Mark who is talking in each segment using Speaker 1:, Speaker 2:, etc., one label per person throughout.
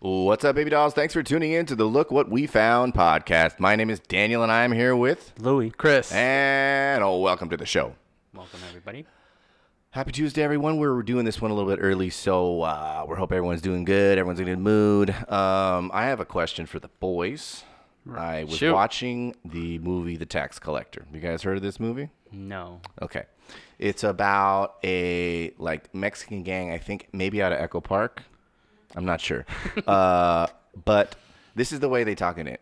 Speaker 1: What's up, baby dolls? Thanks for tuning in to the Look What We Found podcast. My name is Daniel, and I'm here with,
Speaker 2: Louis.
Speaker 3: Chris.
Speaker 1: and oh, welcome to the show.
Speaker 2: Welcome, everybody.
Speaker 1: Happy Tuesday, everyone. We're doing this one a little bit early, so uh, we hope everyone's doing good. Everyone's in a good mood. Um, I have a question for the boys. I was
Speaker 3: Shoot.
Speaker 1: watching the movie The Tax Collector. You guys heard of this movie?
Speaker 2: No.
Speaker 1: Okay. It's about a like Mexican gang, I think maybe out of Echo Park. I'm not sure. uh, but this is the way they talk in it.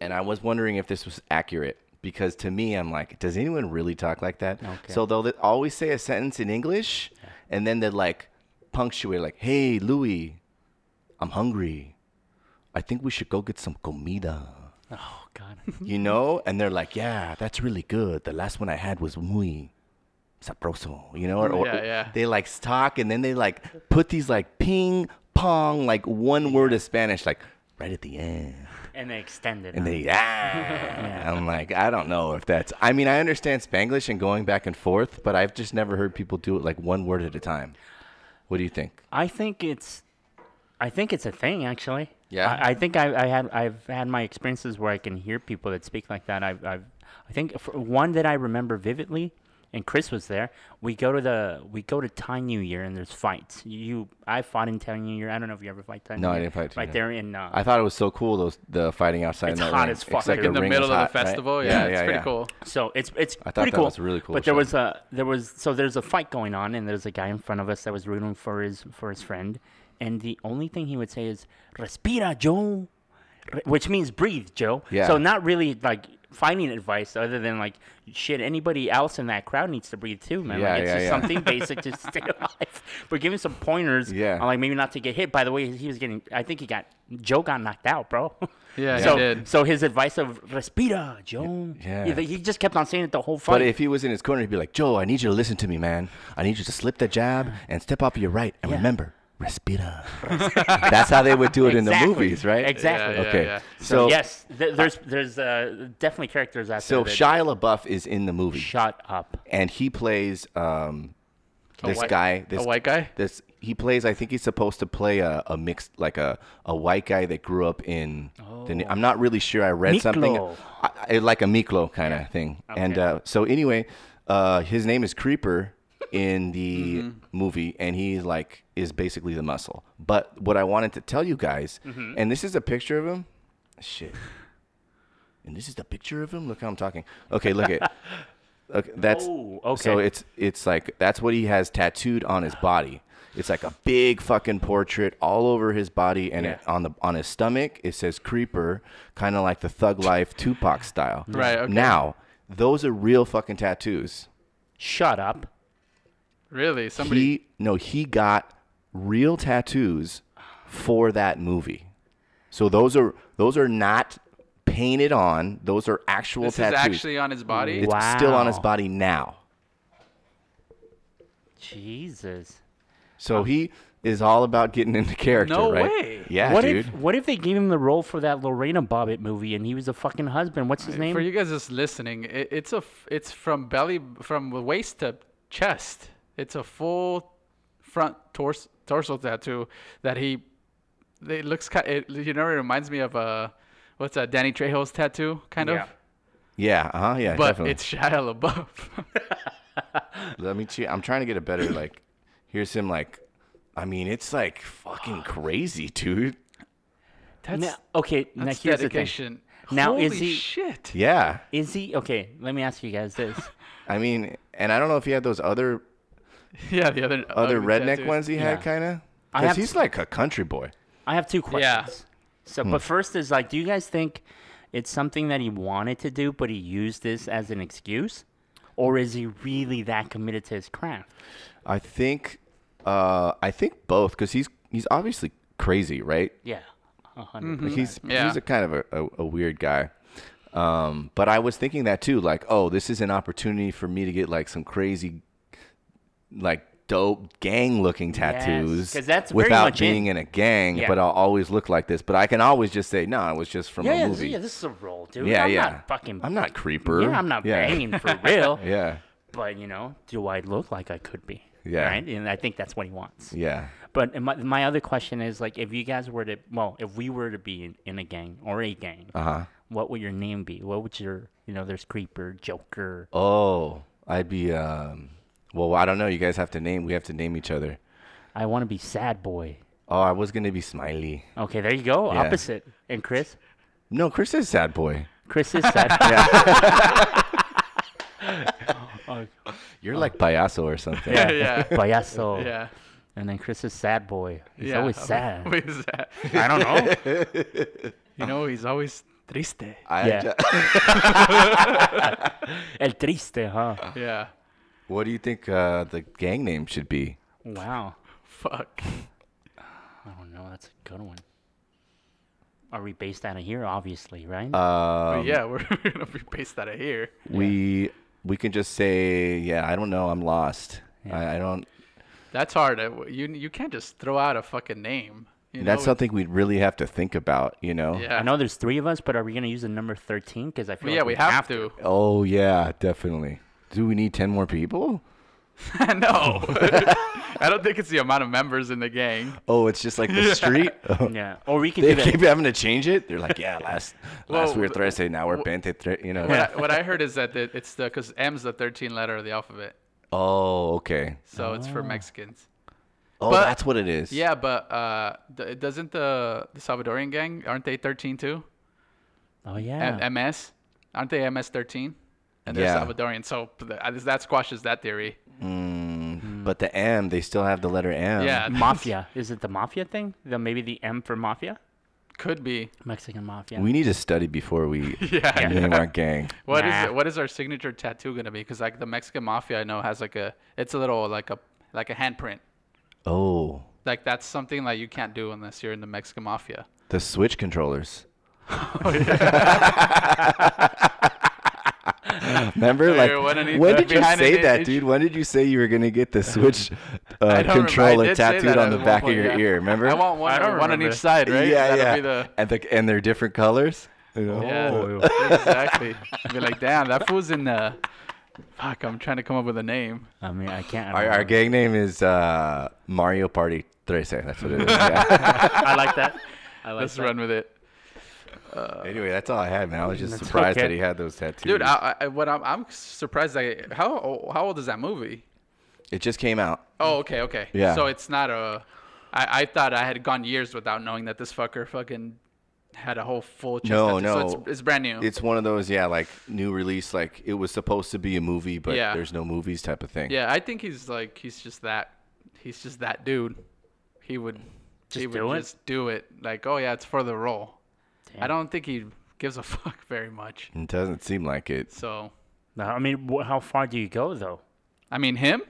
Speaker 1: And I was wondering if this was accurate because to me, I'm like, does anyone really talk like that?
Speaker 2: Okay.
Speaker 1: So they'll th- always say a sentence in English and then they'd like punctuate, like, hey, Louis, I'm hungry. I think we should go get some comida
Speaker 2: Oh God.
Speaker 3: Mm-hmm.
Speaker 1: you know? And they're like, yeah, that's really good. The last one I had was muy sabroso, you know? Or, or-
Speaker 3: Oh, Yeah, yeah.
Speaker 1: They like talk and then they like put these like ping pong, like one word of Spanish, like right at the end.
Speaker 2: and they extended.
Speaker 1: And
Speaker 2: on
Speaker 1: they,
Speaker 2: it.
Speaker 3: Uh-huh.
Speaker 1: yeah. I'm like, I don't know if that's, I mean, I understand Spanglish and going back and forth, but I've just never heard people do it like one word at a time. What do you think?
Speaker 2: I think it's, I think it's a thing actually.
Speaker 1: Yeah?
Speaker 2: I, I think I, I had I've had my experiences where I can hear people that speak like that. I've, I've I think for one that I remember vividly, and Chris was there. We go to the we go to Thai New Year and there's fights. You I fought in Thai New Year. I don't know if you ever fight Thai
Speaker 1: No,
Speaker 2: New
Speaker 1: I
Speaker 2: Year.
Speaker 1: didn't fight Thai
Speaker 2: Right
Speaker 1: New
Speaker 2: there in uh,
Speaker 1: I thought it was so cool, those the fighting outside.
Speaker 2: It's
Speaker 1: in that
Speaker 2: hot
Speaker 1: ring,
Speaker 2: as fuck.
Speaker 1: except
Speaker 2: Like
Speaker 1: the
Speaker 3: in the
Speaker 1: ring
Speaker 3: middle
Speaker 1: was
Speaker 3: of the
Speaker 1: hot, right?
Speaker 3: festival. Yeah, it's pretty
Speaker 1: yeah.
Speaker 3: cool.
Speaker 2: So it's it's
Speaker 1: I thought
Speaker 2: pretty
Speaker 1: that
Speaker 2: cool.
Speaker 1: was really cool
Speaker 2: But there
Speaker 1: show.
Speaker 2: was a there was so there's a fight going on, and there's a guy in front of us that was rooting for his for his friend, and the only thing he would say is "respira, Joe," Re- which means breathe, Joe.
Speaker 1: Yeah.
Speaker 2: So not really like finding advice other than like shit anybody else in that crowd needs to breathe too man
Speaker 1: Yeah,
Speaker 2: like it's
Speaker 1: yeah,
Speaker 2: just
Speaker 1: yeah.
Speaker 2: something basic to stay alive but give him some pointers
Speaker 1: Yeah.
Speaker 2: on like maybe not to get hit by the way he was getting i think he got joe got knocked out bro
Speaker 3: Yeah, he
Speaker 2: so
Speaker 3: did.
Speaker 2: so his advice of respira joe
Speaker 1: Yeah.
Speaker 2: he- he just kept on saying it the whole fight
Speaker 1: But if he was in his corner, he'd be like, Joe, I need you to listen to me, man. I need you to slip the jab and step off your right. And
Speaker 2: Yeah.
Speaker 1: remember, respira. That's how they would do it in
Speaker 2: Exactly.
Speaker 1: the movies, right?
Speaker 2: Exactly.
Speaker 3: Yeah, yeah.
Speaker 1: Okay.
Speaker 2: So,
Speaker 1: So,
Speaker 2: yes, th- there's there's uh, definitely characters out
Speaker 1: so
Speaker 2: there. that-
Speaker 1: Shia LaBeouf is in the movie,
Speaker 2: shut up.
Speaker 1: and he plays um, this
Speaker 3: white-
Speaker 1: guy. This,
Speaker 3: a white guy?
Speaker 1: This he plays. I think he's supposed to play a, a mixed, like a, a white guy that grew up in. The, ne- I'm not really sure. I read something
Speaker 2: Miklo.
Speaker 1: I, I- like a Miklo kind of thing. And uh, so anyway, uh, his name is Creeper in the movie, and he like is basically the muscle. But what I wanted to tell you guys, and this is a picture of him. Shit. And this is the picture of him. Look how I'm talking. Okay, look at. Okay, that's
Speaker 2: Oh, okay.
Speaker 1: so it's it's like that's what he has tattooed on his body. It's like a big fucking portrait all over his body, and it,
Speaker 2: Yeah.
Speaker 1: on the on his stomach it says "Creeper," kind of like the Thug Life Tupac style.
Speaker 3: Right, okay.
Speaker 1: Now those are real fucking tattoos.
Speaker 2: Shut up.
Speaker 3: Really? Somebody.
Speaker 1: He no, he got real tattoos for that movie. So those are those are not painted on. Those are actual
Speaker 3: this
Speaker 1: tattoos.
Speaker 3: is actually on his body.
Speaker 1: it's still on his
Speaker 2: Wow.
Speaker 1: body now.
Speaker 2: Jesus.
Speaker 1: So he is all about getting into character,
Speaker 3: No
Speaker 1: right?
Speaker 3: way.
Speaker 1: Yeah,
Speaker 2: what
Speaker 1: dude.
Speaker 2: if what if they gave him the role for that Lorena Bobbitt movie and he was a fucking husband? What's his name?
Speaker 3: For you guys just listening, it, it's a f- it's from belly from waist to chest. It's a full front torso torso tattoo that he. It looks kind. It, you know, it reminds me of a what's that? Danny Trejo's tattoo, kind
Speaker 2: Yeah.
Speaker 3: of.
Speaker 1: yeah, uh huh, yeah,
Speaker 3: But
Speaker 1: definitely.
Speaker 3: it's Shia LaBeouf.
Speaker 1: Let me see. I'm trying to get a better like. Here's him like. I mean, it's like fucking crazy, dude.
Speaker 3: that's
Speaker 2: Now- okay, now
Speaker 3: that's
Speaker 2: here's
Speaker 3: dedication.
Speaker 2: the thing. Now
Speaker 3: Holy
Speaker 2: is he
Speaker 3: shit?
Speaker 1: Yeah,
Speaker 2: is he okay? Let me ask you guys this.
Speaker 1: I mean, and I don't know if he had those other
Speaker 3: Yeah, the other
Speaker 1: other
Speaker 3: ugly
Speaker 1: redneck
Speaker 3: tattoos.
Speaker 1: ones he had,
Speaker 2: Yeah.
Speaker 1: kind of.
Speaker 2: I
Speaker 1: Because
Speaker 2: have-
Speaker 1: he's like a country boy.
Speaker 2: I have two questions.
Speaker 3: Yeah.
Speaker 2: So, but
Speaker 1: Hmm.
Speaker 2: first is like, do you guys think it's something that he wanted to do, but he used this as an excuse, or is he really that committed to his craft?
Speaker 1: I think, uh, I think both, because he's he's obviously crazy, right?
Speaker 2: Yeah, Mm-hmm. a 100
Speaker 1: Like he's
Speaker 3: Yeah.
Speaker 1: he's a kind of a, a, a weird guy. Um, but I was thinking that too, like, oh, this is an opportunity for me to get like some crazy, like dope gang looking tattoos
Speaker 2: 'cause that's very
Speaker 1: without
Speaker 2: much
Speaker 1: being in a gang,
Speaker 2: Yeah.
Speaker 1: but I'll always look like this. But I can always just say, no, it was just from a
Speaker 2: Yeah, yeah, this,
Speaker 1: movie.
Speaker 2: yeah, this is a role, dude.
Speaker 1: yeah,
Speaker 2: I'm
Speaker 1: yeah.
Speaker 2: not fucking.
Speaker 1: I'm not creeper.
Speaker 2: Yeah, I'm not
Speaker 1: Yeah.
Speaker 2: banging for real.
Speaker 1: Yeah,
Speaker 2: But you know, do I look like I could be?
Speaker 1: Yeah.
Speaker 2: Right? And I think that's what he wants.
Speaker 1: yeah.
Speaker 2: But my, my other question is like, if you guys were to, well, if we were to be in, in a gang or a gang,
Speaker 1: Uh huh.
Speaker 2: what would your name be? What would your, you know, there's Creeper, Joker.
Speaker 1: Oh, I'd be. um Well, I don't know. You guys have to name. We have to name each other.
Speaker 2: I want to be Sad Boy.
Speaker 1: Oh, I was gonna be Smiley.
Speaker 2: Okay, there you go.
Speaker 1: Yeah.
Speaker 2: Opposite. And Chris,
Speaker 1: No, Chris is sad boy.
Speaker 2: Chris is Sad. yeah.
Speaker 1: You're like payaso or something.
Speaker 2: yeah.
Speaker 3: Oh. Yeah.
Speaker 2: Payaso.
Speaker 3: Yeah.
Speaker 2: And then Chris is Sad Boy. He's
Speaker 3: yeah.
Speaker 2: always
Speaker 3: I'm
Speaker 2: sad.
Speaker 3: always sad.
Speaker 2: I don't know.
Speaker 3: You know, he's always triste.
Speaker 1: I
Speaker 2: Yeah.
Speaker 1: ju-
Speaker 2: El triste, huh?
Speaker 3: Yeah.
Speaker 1: what do you think uh, the gang name should be?
Speaker 2: Wow.
Speaker 3: Fuck.
Speaker 2: Um, I don't know. That's a good one. Are we based out of here? Obviously, right?
Speaker 1: Uh,
Speaker 3: But yeah, we're gonna be based out of here.
Speaker 1: We we can just say yeah. I don't know. I'm lost. I, I don't.
Speaker 3: That's hard. Uh, w- You you can't just throw out a fucking name. You
Speaker 1: that's
Speaker 3: know?
Speaker 1: something we'd really have to think about. You know.
Speaker 3: Yeah.
Speaker 2: I know there's three of us, but are we gonna use the number thirteen? Because I feel
Speaker 3: Well,
Speaker 2: like
Speaker 3: yeah, we have, to.
Speaker 1: Oh yeah, definitely. Do we need ten more people?
Speaker 3: no. I don't think it's the amount of members in the gang.
Speaker 1: Oh, it's just like the street. Oh,
Speaker 2: Yeah, or we can
Speaker 1: they
Speaker 2: do
Speaker 1: keep
Speaker 2: that.
Speaker 1: having to change it. They're like, yeah, last last we were
Speaker 3: Well,
Speaker 1: Trece, now we're Pente. You know.
Speaker 3: What I, what I heard is that it- it's the because M's the 13th letter of the alphabet,
Speaker 1: Oh, okay.
Speaker 3: so it's
Speaker 2: Ah.
Speaker 3: for Mexicans.
Speaker 1: Oh,
Speaker 3: But-
Speaker 1: that's what it is.
Speaker 3: Yeah, but uh, d- doesn't the, the Salvadorian gang aren't they 13 too?
Speaker 2: Oh yeah.
Speaker 3: M- MS, aren't they MS 13? And they're
Speaker 1: Yeah.
Speaker 3: Salvadorian, so p- th- uh, that squashes that theory.
Speaker 1: But the M, they still have the letter M.
Speaker 3: yeah,
Speaker 2: mafia. Is it the mafia thing? The maybe the M for mafia.
Speaker 3: could be.
Speaker 2: Mexican mafia.
Speaker 1: We need to study before we
Speaker 3: Yeah.
Speaker 1: name our gang.
Speaker 3: What is
Speaker 2: Nah.
Speaker 3: it- what is our signature tattoo gonna be? Because like the Mexican mafia, I know has like a it's a little like a like a handprint.
Speaker 1: Oh,
Speaker 3: Like that's something like you can't do unless you're in the Mexican mafia.
Speaker 1: the Switch controllers.
Speaker 3: Oh,
Speaker 1: Remember,
Speaker 3: Hey,
Speaker 1: like,
Speaker 3: when I need
Speaker 1: when
Speaker 3: that
Speaker 1: did you
Speaker 3: uh, behind
Speaker 1: say
Speaker 3: an
Speaker 1: that,
Speaker 3: inch.
Speaker 1: dude? When did you say you were gonna get the Switch uh,
Speaker 3: I don't remember. I
Speaker 1: controller
Speaker 3: did say
Speaker 1: tattooed
Speaker 3: that
Speaker 1: on
Speaker 3: at
Speaker 1: the
Speaker 3: one
Speaker 1: back
Speaker 3: point,
Speaker 1: of your
Speaker 3: yeah.
Speaker 1: ear? Remember?
Speaker 3: I want one,
Speaker 2: I don't
Speaker 3: one on
Speaker 2: remember.
Speaker 3: each side, right?
Speaker 1: Yeah,
Speaker 3: That'll
Speaker 1: yeah.
Speaker 3: Be the,
Speaker 1: And the, and they're different colors. you know?
Speaker 3: yeah, exactly. Be like, damn, that fool's in the. Fuck, I'm trying to come up with a name.
Speaker 2: I mean, I can't. I,
Speaker 1: Our,
Speaker 2: don't
Speaker 1: our
Speaker 2: know.
Speaker 1: gang name is uh, Mario Party 13. That's what it is. yeah.
Speaker 2: I like that. I like
Speaker 3: Let's
Speaker 2: that.
Speaker 3: run with it,
Speaker 1: anyway, that's all I had, man. I was just surprised
Speaker 2: okay.
Speaker 1: that he had those tattoos.
Speaker 3: dude. I, I, what I'm, I'm surprised. I how o- how old is that movie?
Speaker 1: it just came out.
Speaker 3: Oh, okay, okay.
Speaker 1: Yeah.
Speaker 3: So it's not a. I, I thought I had gone years without knowing that this fucker fucking had a whole full chest.
Speaker 1: No,
Speaker 3: tattoo. So
Speaker 1: no.
Speaker 3: it's, it's brand new.
Speaker 1: It's one of those, yeah, like new release, like it was supposed to be a movie, but
Speaker 3: Yeah.
Speaker 1: there's no movies type of thing.
Speaker 3: yeah, I think he's like he's just that. He's just that dude. He would. he
Speaker 2: Just
Speaker 3: would
Speaker 2: do it?
Speaker 3: just do it. Like, oh yeah, it's for the role. I
Speaker 2: Damn.
Speaker 3: don't think he gives a fuck very much.
Speaker 1: It doesn't seem like it.
Speaker 3: So,
Speaker 2: No, I mean, wh- how far do you go though?
Speaker 3: I mean, him.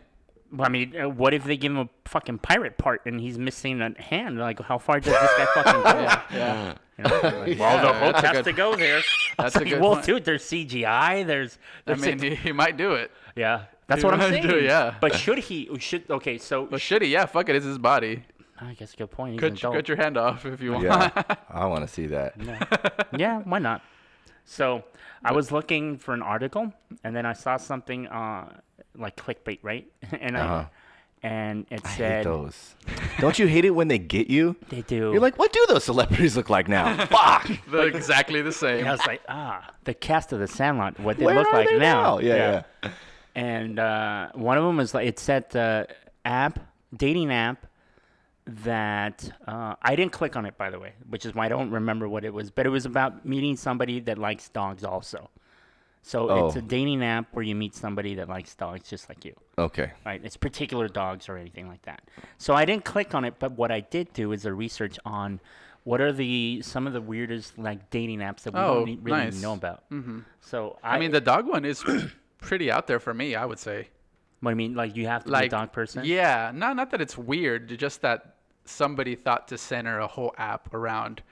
Speaker 2: Well, I mean, uh, what if they give him a fucking pirate part and he's missing a hand? Like, how far does this guy fucking go?
Speaker 3: Yeah,
Speaker 2: You know, like, well, the
Speaker 3: that's
Speaker 2: boat
Speaker 3: a
Speaker 2: has
Speaker 3: good-
Speaker 2: to go there.
Speaker 3: that's a good
Speaker 2: well,
Speaker 3: point.
Speaker 2: dude, there's CGI. There's,
Speaker 3: I
Speaker 2: there's
Speaker 3: mean, he, he might do it.
Speaker 2: yeah, that's
Speaker 3: you
Speaker 2: what I'm
Speaker 3: might
Speaker 2: saying.
Speaker 3: do, yeah.
Speaker 2: but should he? Should okay? So
Speaker 3: But should he? Yeah, fuck it. It's his body.
Speaker 2: I guess good point. He's an
Speaker 3: Cut, your-
Speaker 2: adult.
Speaker 3: cut your hand off if you want.
Speaker 1: Yeah, I want to see that.
Speaker 2: yeah, why not? So I was looking for an article, and then I saw something uh, like clickbait, right? and
Speaker 1: Uh-huh.
Speaker 2: I and it
Speaker 1: I hate
Speaker 2: said
Speaker 1: those. Don't you hate it when they get you?
Speaker 2: they do.
Speaker 1: You're like, what do those celebrities look like now? Fuck.
Speaker 3: They're exactly the same.
Speaker 2: And I was like, ah, the cast of The Sandlot, what they
Speaker 1: Where
Speaker 2: look
Speaker 1: are
Speaker 2: like
Speaker 1: they
Speaker 2: now.
Speaker 1: now? Yeah, yeah.
Speaker 2: And uh, one of them was like, it's that uh, app, dating app, that uh, I didn't click on it, by the way, which is why I don't remember what it was. But it was about meeting somebody that likes dogs also. So it's
Speaker 1: Oh.
Speaker 2: a dating app where you meet somebody that likes dogs just like you
Speaker 1: Okay.
Speaker 2: right? It's particular dogs or anything like that. So I didn't click on it, but what I did do is a research on what are the some of the weirdest like dating apps that we
Speaker 3: Oh,
Speaker 2: don't e- really
Speaker 3: nice.
Speaker 2: know about. Mm-hmm. So I,
Speaker 3: I mean, the dog one is pretty out there for me. I would say.
Speaker 2: what I mean, like you have to
Speaker 3: Like
Speaker 2: be a dog person.
Speaker 3: Yeah. No, not that it's weird. Just that somebody thought to center a whole app around.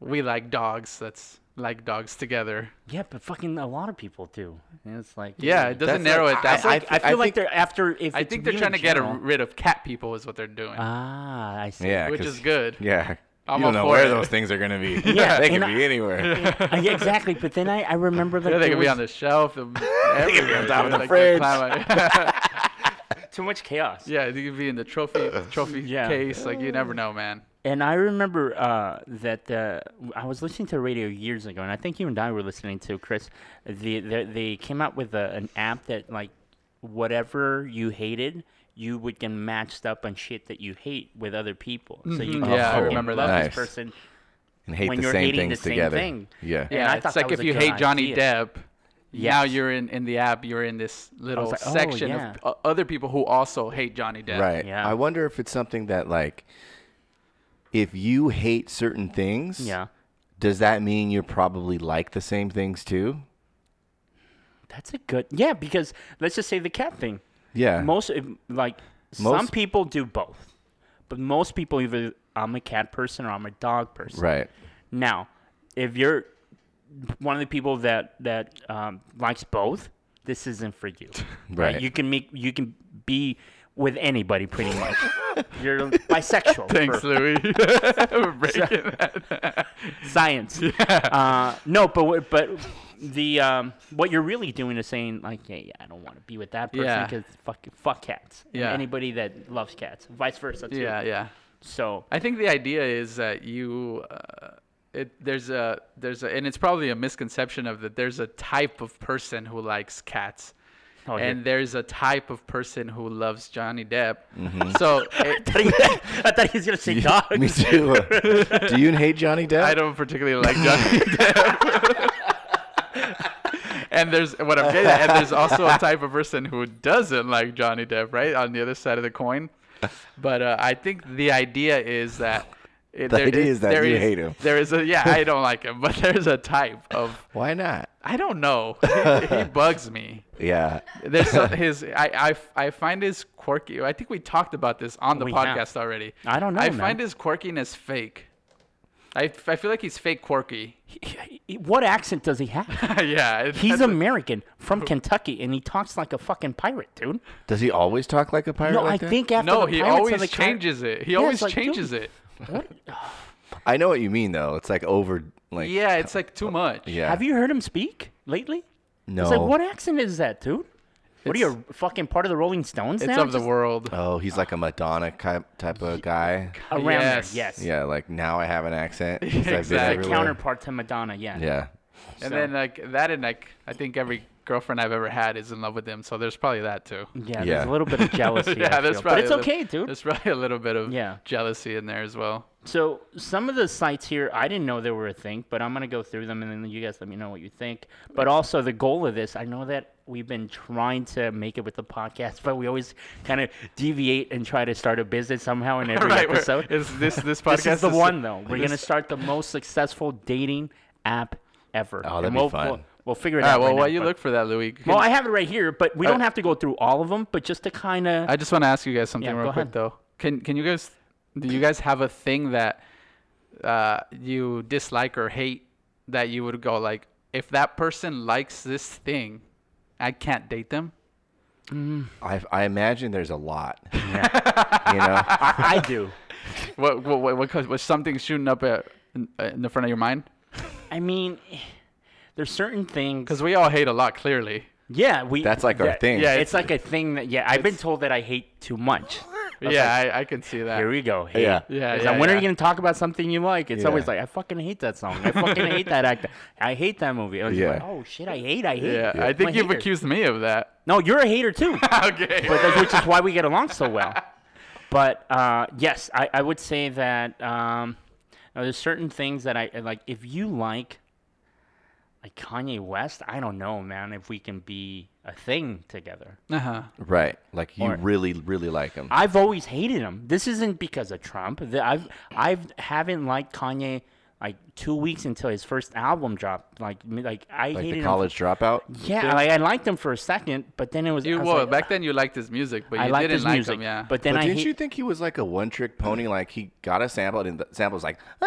Speaker 3: We like dogs. Let's like dogs together.
Speaker 2: yeah, but fucking a lot of people do. And it's like
Speaker 3: Yeah, it doesn't narrow it down.
Speaker 2: I, I, I feel like
Speaker 1: think-
Speaker 2: they're after. If
Speaker 3: I
Speaker 2: it's
Speaker 3: think they're
Speaker 2: you
Speaker 3: trying
Speaker 2: in
Speaker 3: to get a-
Speaker 2: general-
Speaker 3: rid of cat people, is what they're doing.
Speaker 2: ah, I see.
Speaker 1: Yeah,
Speaker 3: Which
Speaker 1: 'cause-
Speaker 3: is good.
Speaker 1: Yeah.
Speaker 3: I'm
Speaker 1: you
Speaker 3: all
Speaker 1: don't know
Speaker 3: for
Speaker 1: where
Speaker 3: it.
Speaker 1: those things are gonna be.
Speaker 2: Yeah,
Speaker 1: they could
Speaker 2: and
Speaker 1: be anywhere.
Speaker 2: Uh, yeah, exactly. But then I, I remember that
Speaker 3: Yeah, they
Speaker 2: there
Speaker 3: could be
Speaker 2: was-
Speaker 3: on the shelf. They could
Speaker 1: top of the fridge.
Speaker 2: too much chaos.
Speaker 3: Yeah, you could be in the trophy trophy
Speaker 2: Yeah.
Speaker 3: case. Like you never know, man.
Speaker 2: And I remember uh, that uh, I was listening to radio years ago, and I think you and I were listening to Chris. The, the they came out with a, an app that like whatever you hated, you would get matched up on shit that you hate with other people. So you
Speaker 3: Mhm.
Speaker 2: could
Speaker 3: Yeah, I
Speaker 2: fucking
Speaker 3: remember
Speaker 2: love
Speaker 1: that.
Speaker 2: this
Speaker 1: Nice.
Speaker 2: person.
Speaker 1: and hate
Speaker 2: when
Speaker 1: the
Speaker 2: you're
Speaker 1: same
Speaker 2: hating
Speaker 1: things
Speaker 2: the same
Speaker 1: together.
Speaker 2: thing.
Speaker 1: Yeah.
Speaker 2: Yeah.
Speaker 1: yeah.
Speaker 2: And I
Speaker 3: it's
Speaker 2: thought
Speaker 3: like
Speaker 2: that was
Speaker 3: if
Speaker 2: a
Speaker 3: you
Speaker 2: good
Speaker 3: hate Johnny
Speaker 2: idea.
Speaker 3: Depp, now
Speaker 2: Yes.
Speaker 3: you're in in the app. You're in this little
Speaker 2: like, oh,
Speaker 3: section
Speaker 2: yeah.
Speaker 3: of o- other people who also hate Johnny Depp.
Speaker 1: Right.
Speaker 2: Yeah.
Speaker 1: I wonder if it's something that like if you hate certain things,
Speaker 2: Yeah,
Speaker 1: does that mean you probably like the same things too?
Speaker 2: that's a good. Yeah, because let's just say the cat thing.
Speaker 1: Yeah.
Speaker 2: most if- like some
Speaker 1: Most-
Speaker 2: people do both, but most people either I'm a cat person or I'm a dog person.
Speaker 1: right.
Speaker 2: Now, if you're one of the people that that um, likes both, this isn't for you.
Speaker 1: Right.
Speaker 2: You can make you can be with anybody pretty much. you're bisexual.
Speaker 3: Thanks,
Speaker 2: for
Speaker 3: Louis. We're breaking that.
Speaker 2: Science. Uh, no, but what- but the um, what you're really doing is saying like, yeah, yeah I don't want to be with that person
Speaker 3: Yeah.
Speaker 2: because fuck fuck cats. and
Speaker 3: Yeah.
Speaker 2: Anybody that loves cats, vice versa too.
Speaker 3: yeah, yeah.
Speaker 2: So
Speaker 3: I think the idea is that you, uh, it there's a there's a and it's probably a misconception of that there's a type of person who likes cats.
Speaker 2: Oh, yeah.
Speaker 3: and there's a type of person who loves Johnny Depp. So it,
Speaker 2: I thought he was gonna say dogs.
Speaker 1: Me too. Do you hate Johnny Depp?
Speaker 3: I don't particularly like Johnny Depp. and there's what I'm getting at, and there's also a type of person who doesn't like Johnny Depp, right? On the other side of the coin. But uh, I think the idea is that it,
Speaker 1: The idea is that
Speaker 3: there
Speaker 1: you hate him.
Speaker 3: There is a yeah, I don't like him, but there's a type of
Speaker 1: Why not?
Speaker 3: I don't know. He, he bugs me.
Speaker 1: Yeah.
Speaker 3: There's some, his I, I I find his quirky. I think we talked about this on the
Speaker 2: We have.
Speaker 3: podcast already.
Speaker 2: I don't know,
Speaker 3: I
Speaker 2: man.
Speaker 3: find his quirkiness fake. I, I feel like he's fake quirky.
Speaker 2: What accent does he have?
Speaker 3: yeah, it-
Speaker 2: He's
Speaker 3: that's-
Speaker 2: American from Kentucky, and he talks like a fucking pirate, dude.
Speaker 1: Does he always talk like a pirate?
Speaker 2: No,
Speaker 1: like
Speaker 2: I
Speaker 1: that?
Speaker 2: think after
Speaker 3: no.
Speaker 2: the
Speaker 3: He
Speaker 2: Pirates of
Speaker 3: always
Speaker 2: the Car-
Speaker 3: changes it. He
Speaker 2: Yeah,
Speaker 3: always
Speaker 2: it's like, dude,
Speaker 3: changes it.
Speaker 1: I know what you mean though. It's like over like
Speaker 3: Yeah, it's like too much.
Speaker 1: Yeah.
Speaker 2: Have you heard him speak lately?
Speaker 1: No.
Speaker 2: It's like, what accent is that, dude? What are
Speaker 3: It's-
Speaker 2: you a fucking part of the Rolling Stones
Speaker 3: It's
Speaker 2: now?
Speaker 3: of the
Speaker 2: Just
Speaker 3: world.
Speaker 1: Oh, he's like a Madonna ki- type of guy.
Speaker 2: around
Speaker 3: Yes.
Speaker 2: there. Yes.
Speaker 1: Yeah, like now I have an accent. 'cause I've been
Speaker 3: Exactly.
Speaker 1: everywhere.
Speaker 2: Counterpart to Madonna. Yeah.
Speaker 1: Yeah.
Speaker 3: and
Speaker 2: so-
Speaker 3: then like that, and like I think every girlfriend I've ever had is in love with him. So there's probably that too.
Speaker 1: Yeah.
Speaker 2: Yeah, There's a little bit of jealousy. I
Speaker 3: there's
Speaker 2: feel, but it's
Speaker 3: a little-
Speaker 2: okay, dude.
Speaker 3: There's probably a little bit of
Speaker 2: Yeah.
Speaker 3: jealousy in there as well.
Speaker 2: So some of the sites here, I didn't know they were a thing, but I'm gonna go through them and then you guys let me know what you think. But also the goal of this, I know that we've been trying to make it with the podcast, but we always kind of deviate and try to start a business somehow in every
Speaker 3: Right, we're-
Speaker 2: episode.
Speaker 3: Is this this podcast
Speaker 2: This is the
Speaker 3: is-
Speaker 2: one though. We're gonna
Speaker 3: this-
Speaker 2: start the most successful dating app ever.
Speaker 1: Oh, that'd
Speaker 2: And
Speaker 1: be
Speaker 2: we'll,
Speaker 1: fun.
Speaker 2: We'll, we'll figure it
Speaker 3: All right.
Speaker 2: out.
Speaker 3: Well,
Speaker 2: right
Speaker 3: while
Speaker 2: now,
Speaker 3: you
Speaker 2: but-
Speaker 3: look for that, Louis. can- uh,
Speaker 2: Well, I have it right here, but we
Speaker 3: All
Speaker 2: don't
Speaker 3: right.
Speaker 2: have to go through all of them. But just to kind of,
Speaker 3: I just want to ask you guys something
Speaker 2: Yeah,
Speaker 3: real
Speaker 2: go
Speaker 3: quick
Speaker 2: ahead.
Speaker 3: though. Can can you guys do you guys have a thing that uh, you dislike or hate that you would go like if that person likes this thing, I can't date them?
Speaker 1: I, I imagine there's a lot. you know?
Speaker 2: I, I do.
Speaker 3: What what what, what cause- was something shooting up at, in, uh, in the front of your mind?
Speaker 2: I mean, there's certain things.
Speaker 3: Because we all hate a lot, clearly.
Speaker 2: Yeah, we.
Speaker 1: That's like our
Speaker 2: yeah,
Speaker 1: thing.
Speaker 2: Yeah,
Speaker 1: Yeah,
Speaker 2: it's, like a thing that. Yeah, I've been told that I hate too much.
Speaker 3: Oh, yeah, I, I can see that.
Speaker 2: Here we go. Hate.
Speaker 1: Yeah.
Speaker 3: Yeah,
Speaker 2: It's
Speaker 3: yeah,
Speaker 2: like, when are
Speaker 3: yeah.
Speaker 2: you gonna talk about something you like? It's
Speaker 1: Yeah.
Speaker 2: always like I fucking hate that song. I fucking hate that actor. I hate that movie. I was
Speaker 1: Yeah.
Speaker 2: like, oh shit, I hate. I hate.
Speaker 3: yeah,
Speaker 2: I'm
Speaker 3: I
Speaker 2: a
Speaker 3: think you've
Speaker 2: hater.
Speaker 3: accused me of that.
Speaker 2: No, you're a hater too,
Speaker 3: okay.
Speaker 2: but that's, which is why we get along so well. But uh, yes, I, I would say that um, now there's certain things that I like. If you like, like Kanye West, I don't know, man. If we can be a thing together.
Speaker 3: Uh huh.
Speaker 1: Right. Like you
Speaker 2: Or-
Speaker 1: really, really like him.
Speaker 2: I've always hated him. This isn't because of Trump. The- I've I've haven't liked Kanye like two weeks until his first album dropped. Like m- like I
Speaker 1: like
Speaker 2: hated
Speaker 1: the college dropout.
Speaker 2: him. Yeah, like, I liked him for a second, but then it was.
Speaker 3: You
Speaker 2: I was
Speaker 3: well
Speaker 2: like,
Speaker 3: back then you liked his music, but you
Speaker 2: I liked
Speaker 3: didn't
Speaker 2: his
Speaker 3: like
Speaker 2: music,
Speaker 3: him. Yeah.
Speaker 2: but then
Speaker 1: But
Speaker 2: I
Speaker 1: didn't
Speaker 2: hate,
Speaker 1: you think he was like a one trick pony? Like he got a sample and the sample was like,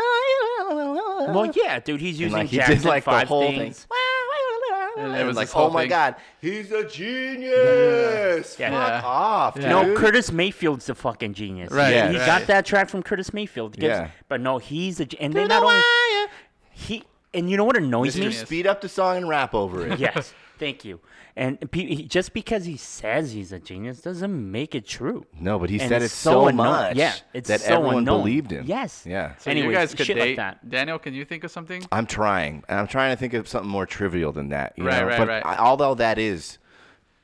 Speaker 1: Uh-huh.
Speaker 2: Well, yeah, dude, he's using
Speaker 1: and like he
Speaker 2: Jackson
Speaker 1: did like
Speaker 2: Five
Speaker 1: the whole
Speaker 2: things.
Speaker 1: thing. And
Speaker 3: it
Speaker 1: it
Speaker 3: was
Speaker 1: was like,
Speaker 3: this whole
Speaker 1: oh my
Speaker 3: thing.
Speaker 1: god, he's a genius.
Speaker 2: Yeah.
Speaker 1: Fuck
Speaker 3: Yeah.
Speaker 1: off,
Speaker 3: Yeah.
Speaker 2: No,
Speaker 1: dude.
Speaker 2: Curtis Mayfield's the fucking genius.
Speaker 3: Right,
Speaker 1: Yeah.
Speaker 2: he
Speaker 1: right.
Speaker 2: got that track from Curtis Mayfield. It gives-
Speaker 1: Yeah.
Speaker 2: but no, he's a ge- and
Speaker 1: You
Speaker 2: then
Speaker 1: know
Speaker 2: not only
Speaker 1: why?
Speaker 2: he and you know what annoys
Speaker 1: Mr.
Speaker 2: me?
Speaker 1: Speed up the song and rap over it.
Speaker 2: Yes. Thank you. And pe- he- just because he says he's a genius doesn't make it true.
Speaker 1: No, but he
Speaker 2: And
Speaker 1: said
Speaker 2: it's
Speaker 1: it so,
Speaker 2: anno-
Speaker 1: much
Speaker 2: Yeah, it's
Speaker 1: that
Speaker 2: so
Speaker 1: everyone
Speaker 2: annoying.
Speaker 1: believed him.
Speaker 2: Yes.
Speaker 1: Yeah.
Speaker 3: So you
Speaker 2: Anyways,
Speaker 3: guys could
Speaker 2: shit like
Speaker 3: date.
Speaker 2: that.
Speaker 3: Daniel, can you think of something?
Speaker 1: I'm trying. and I'm trying to think of something more trivial than that. You
Speaker 3: Right,
Speaker 1: know?
Speaker 3: right,
Speaker 1: but
Speaker 3: right.
Speaker 1: I, although that is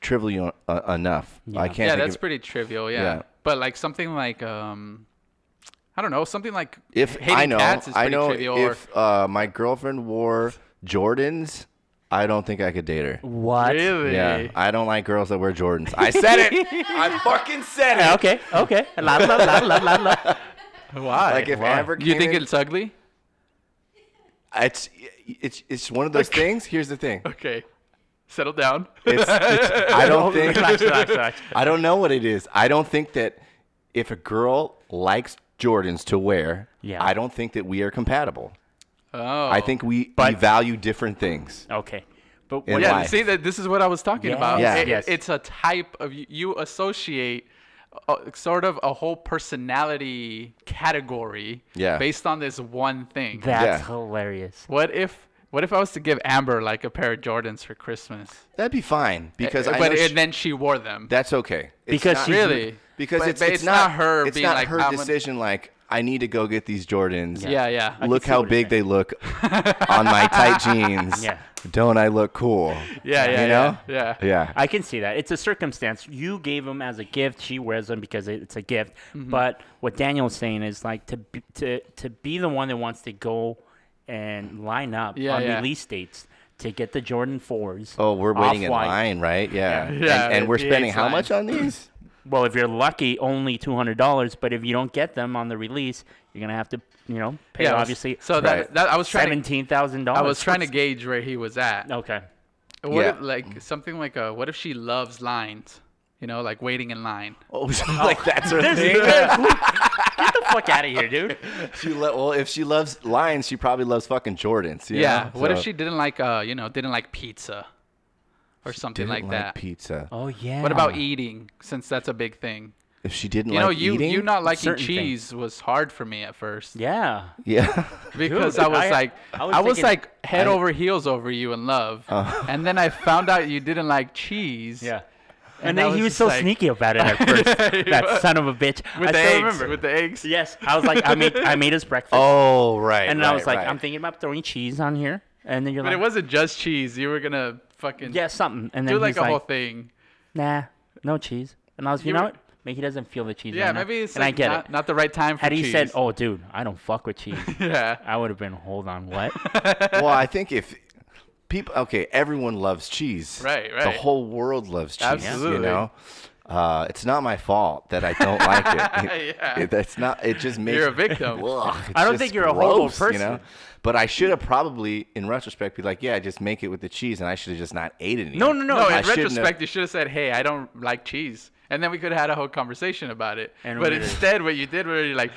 Speaker 1: trivial uh, enough, I can't.
Speaker 3: yeah,
Speaker 1: think
Speaker 3: that's
Speaker 1: of,
Speaker 3: pretty trivial. Yeah.
Speaker 1: Yeah.
Speaker 3: but like something like um, I don't know, something like
Speaker 1: if
Speaker 3: hating
Speaker 1: I know,
Speaker 3: cats is
Speaker 1: I
Speaker 3: pretty
Speaker 1: know
Speaker 3: trivial. or-
Speaker 1: if uh, my girlfriend wore Jordans, I don't think I could date her.
Speaker 2: What?
Speaker 3: really,
Speaker 1: Yeah, I don't like girls that wear Jordans. I said it. I fucking said it.
Speaker 2: Okay. Okay. La la la la la la.
Speaker 3: why?
Speaker 1: Like if
Speaker 2: Why?
Speaker 1: Amber
Speaker 3: you
Speaker 1: came
Speaker 3: think
Speaker 1: in-
Speaker 3: it's ugly?
Speaker 1: it's it's it's one of those things. Here's the thing.
Speaker 3: Okay, settle down.
Speaker 1: It's, it's, I don't think
Speaker 2: Relax, relax, relax.
Speaker 1: I don't know what it is. I don't think that if a girl likes Jordans to wear,
Speaker 2: Yeah.
Speaker 1: I don't think that we are compatible.
Speaker 3: oh,
Speaker 1: I think we, we
Speaker 2: But-
Speaker 1: value different things.
Speaker 2: Okay. But
Speaker 1: And
Speaker 2: what?
Speaker 3: Yeah,
Speaker 1: why?
Speaker 3: see that this is what I was talking about.
Speaker 1: Yes,
Speaker 3: It-
Speaker 2: yes.
Speaker 3: It's a type of you- you associate uh sort of a whole personality category
Speaker 1: Yeah.
Speaker 3: based on this one thing.
Speaker 2: That's
Speaker 1: Yeah.
Speaker 2: hilarious.
Speaker 3: what if what if I was to give Amber like a pair of Jordans for Christmas?
Speaker 1: That'd be fine because I
Speaker 3: Uh, but
Speaker 1: know
Speaker 3: and
Speaker 1: she-
Speaker 3: then she wore them.
Speaker 1: that's okay. It's
Speaker 2: Because
Speaker 1: not-
Speaker 2: she's-
Speaker 3: really?
Speaker 1: because
Speaker 3: But-
Speaker 1: it's,
Speaker 3: but
Speaker 1: it's, not,
Speaker 3: her
Speaker 1: It's
Speaker 3: being
Speaker 1: not
Speaker 3: like
Speaker 1: her
Speaker 3: "I'm gonna-"
Speaker 1: decision. Like I need to go get these Jordans.
Speaker 3: Yeah, yeah.
Speaker 2: can
Speaker 1: Look
Speaker 2: see
Speaker 1: how
Speaker 2: what you're
Speaker 1: big they
Speaker 2: saying.
Speaker 1: look on my tight jeans.
Speaker 2: Yeah.
Speaker 1: Don't I look cool?
Speaker 3: Yeah, yeah,
Speaker 1: You know?
Speaker 3: yeah, yeah.
Speaker 1: Yeah.
Speaker 2: I can see that. It's a circumstance. You gave them as a gift. She wears them because it- it's a gift.
Speaker 3: Mm-hmm.
Speaker 2: But what Daniel's saying is like to be, to to be the one that wants to go and line up
Speaker 3: Yeah,
Speaker 2: on
Speaker 3: yeah.
Speaker 2: release dates to get the Jordan fours.
Speaker 1: Oh, we're waiting in
Speaker 2: off-white.
Speaker 1: line, right? Yeah.
Speaker 3: Yeah,
Speaker 1: and, and we're
Speaker 3: he
Speaker 1: spending
Speaker 3: hates
Speaker 1: how much on these?
Speaker 2: Well, if you're lucky, only two hundred dollars. But if you don't get them on the release, you're gonna have to you know pay
Speaker 3: Yeah,
Speaker 2: obviously
Speaker 3: So that,
Speaker 1: Right.
Speaker 3: that I was trying to,
Speaker 2: seventeen thousand dollars.
Speaker 3: I was trying to gauge where he was at.
Speaker 2: Okay.
Speaker 3: What
Speaker 1: Yeah.
Speaker 3: if, like something like a what if she loves lines? You know, like waiting in line.
Speaker 1: Oh, like that's her thing.
Speaker 2: Get the fuck out of here, dude.
Speaker 1: She lo- well, if she loves lions, she probably loves fucking Jordans. you
Speaker 3: Yeah.
Speaker 1: know?
Speaker 3: What if
Speaker 1: So,
Speaker 3: she didn't like uh you know didn't like pizza, or something
Speaker 1: didn't
Speaker 3: like, that?
Speaker 1: Pizza.
Speaker 2: Oh yeah.
Speaker 3: What about eating? Since that's a big thing.
Speaker 1: If she didn't
Speaker 3: You
Speaker 1: like
Speaker 3: know, you
Speaker 1: eating,
Speaker 3: you not liking
Speaker 2: Certain
Speaker 3: cheese was hard for me at first
Speaker 2: Yeah.
Speaker 1: yeah,
Speaker 3: because
Speaker 2: Dude,
Speaker 3: I was
Speaker 2: I-
Speaker 3: like
Speaker 2: I
Speaker 3: I
Speaker 2: was
Speaker 3: was,
Speaker 2: thinking-
Speaker 3: like head
Speaker 1: I-
Speaker 3: over heels over you in love,
Speaker 1: Uh.
Speaker 3: and then I found out you didn't like cheese.
Speaker 2: Yeah. And,
Speaker 3: And I
Speaker 2: then
Speaker 3: was
Speaker 2: he was
Speaker 3: just
Speaker 2: so
Speaker 3: like-
Speaker 2: sneaky about it at first.
Speaker 3: He
Speaker 2: that
Speaker 3: was.
Speaker 2: son of a bitch.
Speaker 3: With
Speaker 2: I still
Speaker 3: the eggs.
Speaker 2: remember.
Speaker 3: With the eggs.
Speaker 2: Yes, I was like, I made, I made his breakfast.
Speaker 1: oh right.
Speaker 2: and then I
Speaker 1: right,
Speaker 2: was like,
Speaker 1: right.
Speaker 2: I'm thinking about throwing cheese on here. And then you're
Speaker 3: But
Speaker 2: like,
Speaker 3: it wasn't just cheese. You were gonna fucking
Speaker 2: yeah, something. And then
Speaker 3: do like
Speaker 2: he's
Speaker 3: a
Speaker 2: like,
Speaker 3: whole thing.
Speaker 2: nah, no cheese. And I was, you,
Speaker 3: You
Speaker 2: know
Speaker 3: were-
Speaker 2: what? Maybe he doesn't feel the cheese.
Speaker 3: Yeah,
Speaker 2: right now.
Speaker 3: maybe it's
Speaker 2: And
Speaker 3: like
Speaker 2: I get
Speaker 3: not,
Speaker 2: it.
Speaker 3: not the right time for
Speaker 2: Had
Speaker 3: cheese.
Speaker 2: he said, "Oh, dude, I don't fuck with cheese,"
Speaker 3: yeah.
Speaker 2: I would have been, "Hold on, what?"
Speaker 1: well, I think if people, okay, everyone loves cheese.
Speaker 3: Right,
Speaker 1: The
Speaker 3: right.
Speaker 1: whole world loves cheese.
Speaker 3: Absolutely.
Speaker 1: You know. Uh, it's not my fault that I don't like it. It-
Speaker 3: Yeah.
Speaker 1: it- That's not. It just makes
Speaker 3: You're a victim.
Speaker 1: Ugh, it's
Speaker 2: I don't
Speaker 1: just
Speaker 2: think you're a horrible
Speaker 1: gross, You know?
Speaker 2: person.
Speaker 1: But I should have probably, in retrospect, be like, yeah, just make it with the cheese, and I should have just not ate it.
Speaker 2: No, no, no.
Speaker 3: No,
Speaker 1: I
Speaker 3: in
Speaker 1: shouldn't have-
Speaker 3: retrospect, you should have said, "Hey, I don't like cheese," and then we could have had a whole conversation about it.
Speaker 2: And
Speaker 3: but
Speaker 2: we did.
Speaker 3: instead, what you did was you're like,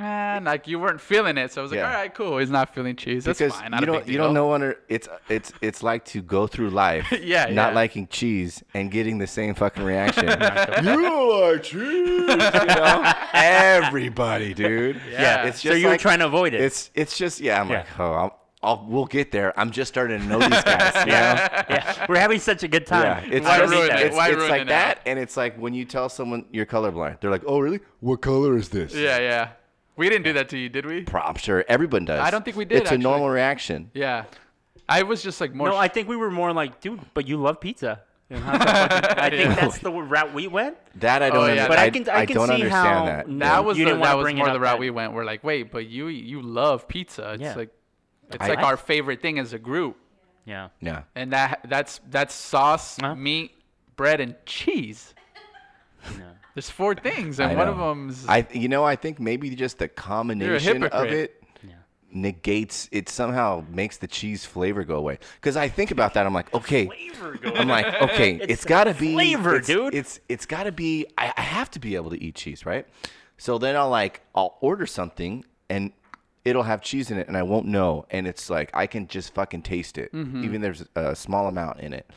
Speaker 3: "Ah," and like you weren't feeling it. So I was like,
Speaker 1: Yeah.
Speaker 3: "All right, cool. He's not feeling cheese. That's
Speaker 1: because
Speaker 3: fine. Not
Speaker 1: you
Speaker 3: a
Speaker 1: don't
Speaker 3: big
Speaker 1: you don't
Speaker 3: deal."
Speaker 1: know under it's it's it's like to go through life
Speaker 3: Yeah,
Speaker 1: not
Speaker 3: yeah.
Speaker 1: liking cheese and getting the same fucking reaction. you don't like cheese, you know? Everybody, dude.
Speaker 3: Yeah.
Speaker 1: It's
Speaker 2: So
Speaker 1: just
Speaker 2: you were
Speaker 1: like-
Speaker 2: trying to avoid it.
Speaker 1: It's it's just yeah. I'm
Speaker 2: Yeah.
Speaker 1: like oh, I'll, I'll we'll get there. I'm just starting to know these guys. You know?
Speaker 2: yeah, we're having such a good
Speaker 1: Yeah,
Speaker 2: time.
Speaker 1: it's
Speaker 3: Why
Speaker 1: just-
Speaker 3: ruin it?
Speaker 1: it's,
Speaker 3: Why
Speaker 1: it's
Speaker 3: ruin
Speaker 1: like
Speaker 3: it now?
Speaker 1: that, and it's like when you tell someone you're colorblind, they're like, "Oh, really? What color is this?"
Speaker 3: Yeah, yeah. We didn't do that to you, did we?
Speaker 1: Pro- I'm sure everyone does.
Speaker 3: I don't think we did,
Speaker 1: It's
Speaker 3: actually.
Speaker 1: a normal reaction.
Speaker 3: Yeah. I was just like more.
Speaker 2: No,
Speaker 3: sh-
Speaker 2: I think we were more like, dude, but you love pizza. And how's that fucking- I think that's the route we went.
Speaker 1: That I don't.
Speaker 3: yeah.
Speaker 1: under-
Speaker 2: Oh, But I can- I can
Speaker 1: don't
Speaker 2: see
Speaker 1: understand
Speaker 2: how
Speaker 1: that.
Speaker 2: now
Speaker 3: that was
Speaker 2: You
Speaker 3: the,
Speaker 2: didn't wanna
Speaker 3: that was
Speaker 2: bring it
Speaker 3: more
Speaker 2: up
Speaker 3: the route
Speaker 2: then.
Speaker 3: we went. We're like, wait, but you you love pizza. It's
Speaker 2: Yeah.
Speaker 3: like it's
Speaker 1: I-
Speaker 3: like our favorite thing as a group,
Speaker 2: Yeah.
Speaker 1: Yeah.
Speaker 3: and that that's that's sauce,
Speaker 2: Huh?
Speaker 3: meat, bread, and cheese.
Speaker 2: No.
Speaker 3: There's four things, and
Speaker 1: I
Speaker 3: one
Speaker 1: know.
Speaker 3: of them's
Speaker 1: I you know I think maybe just the combination of
Speaker 3: hypocrite.
Speaker 1: it negates it somehow makes the cheese flavor go away. Because I think about that, I'm like, okay, I'm like, okay,
Speaker 2: It's
Speaker 1: it's gotta be
Speaker 2: flavor,
Speaker 1: it's,
Speaker 2: dude.
Speaker 1: It's it's gotta be. I, I have to be able to eat cheese, right? So then I'll like I'll order something and it'll have cheese in it, and I won't know. And it's like I can just fucking taste it, even if there's a small amount in it.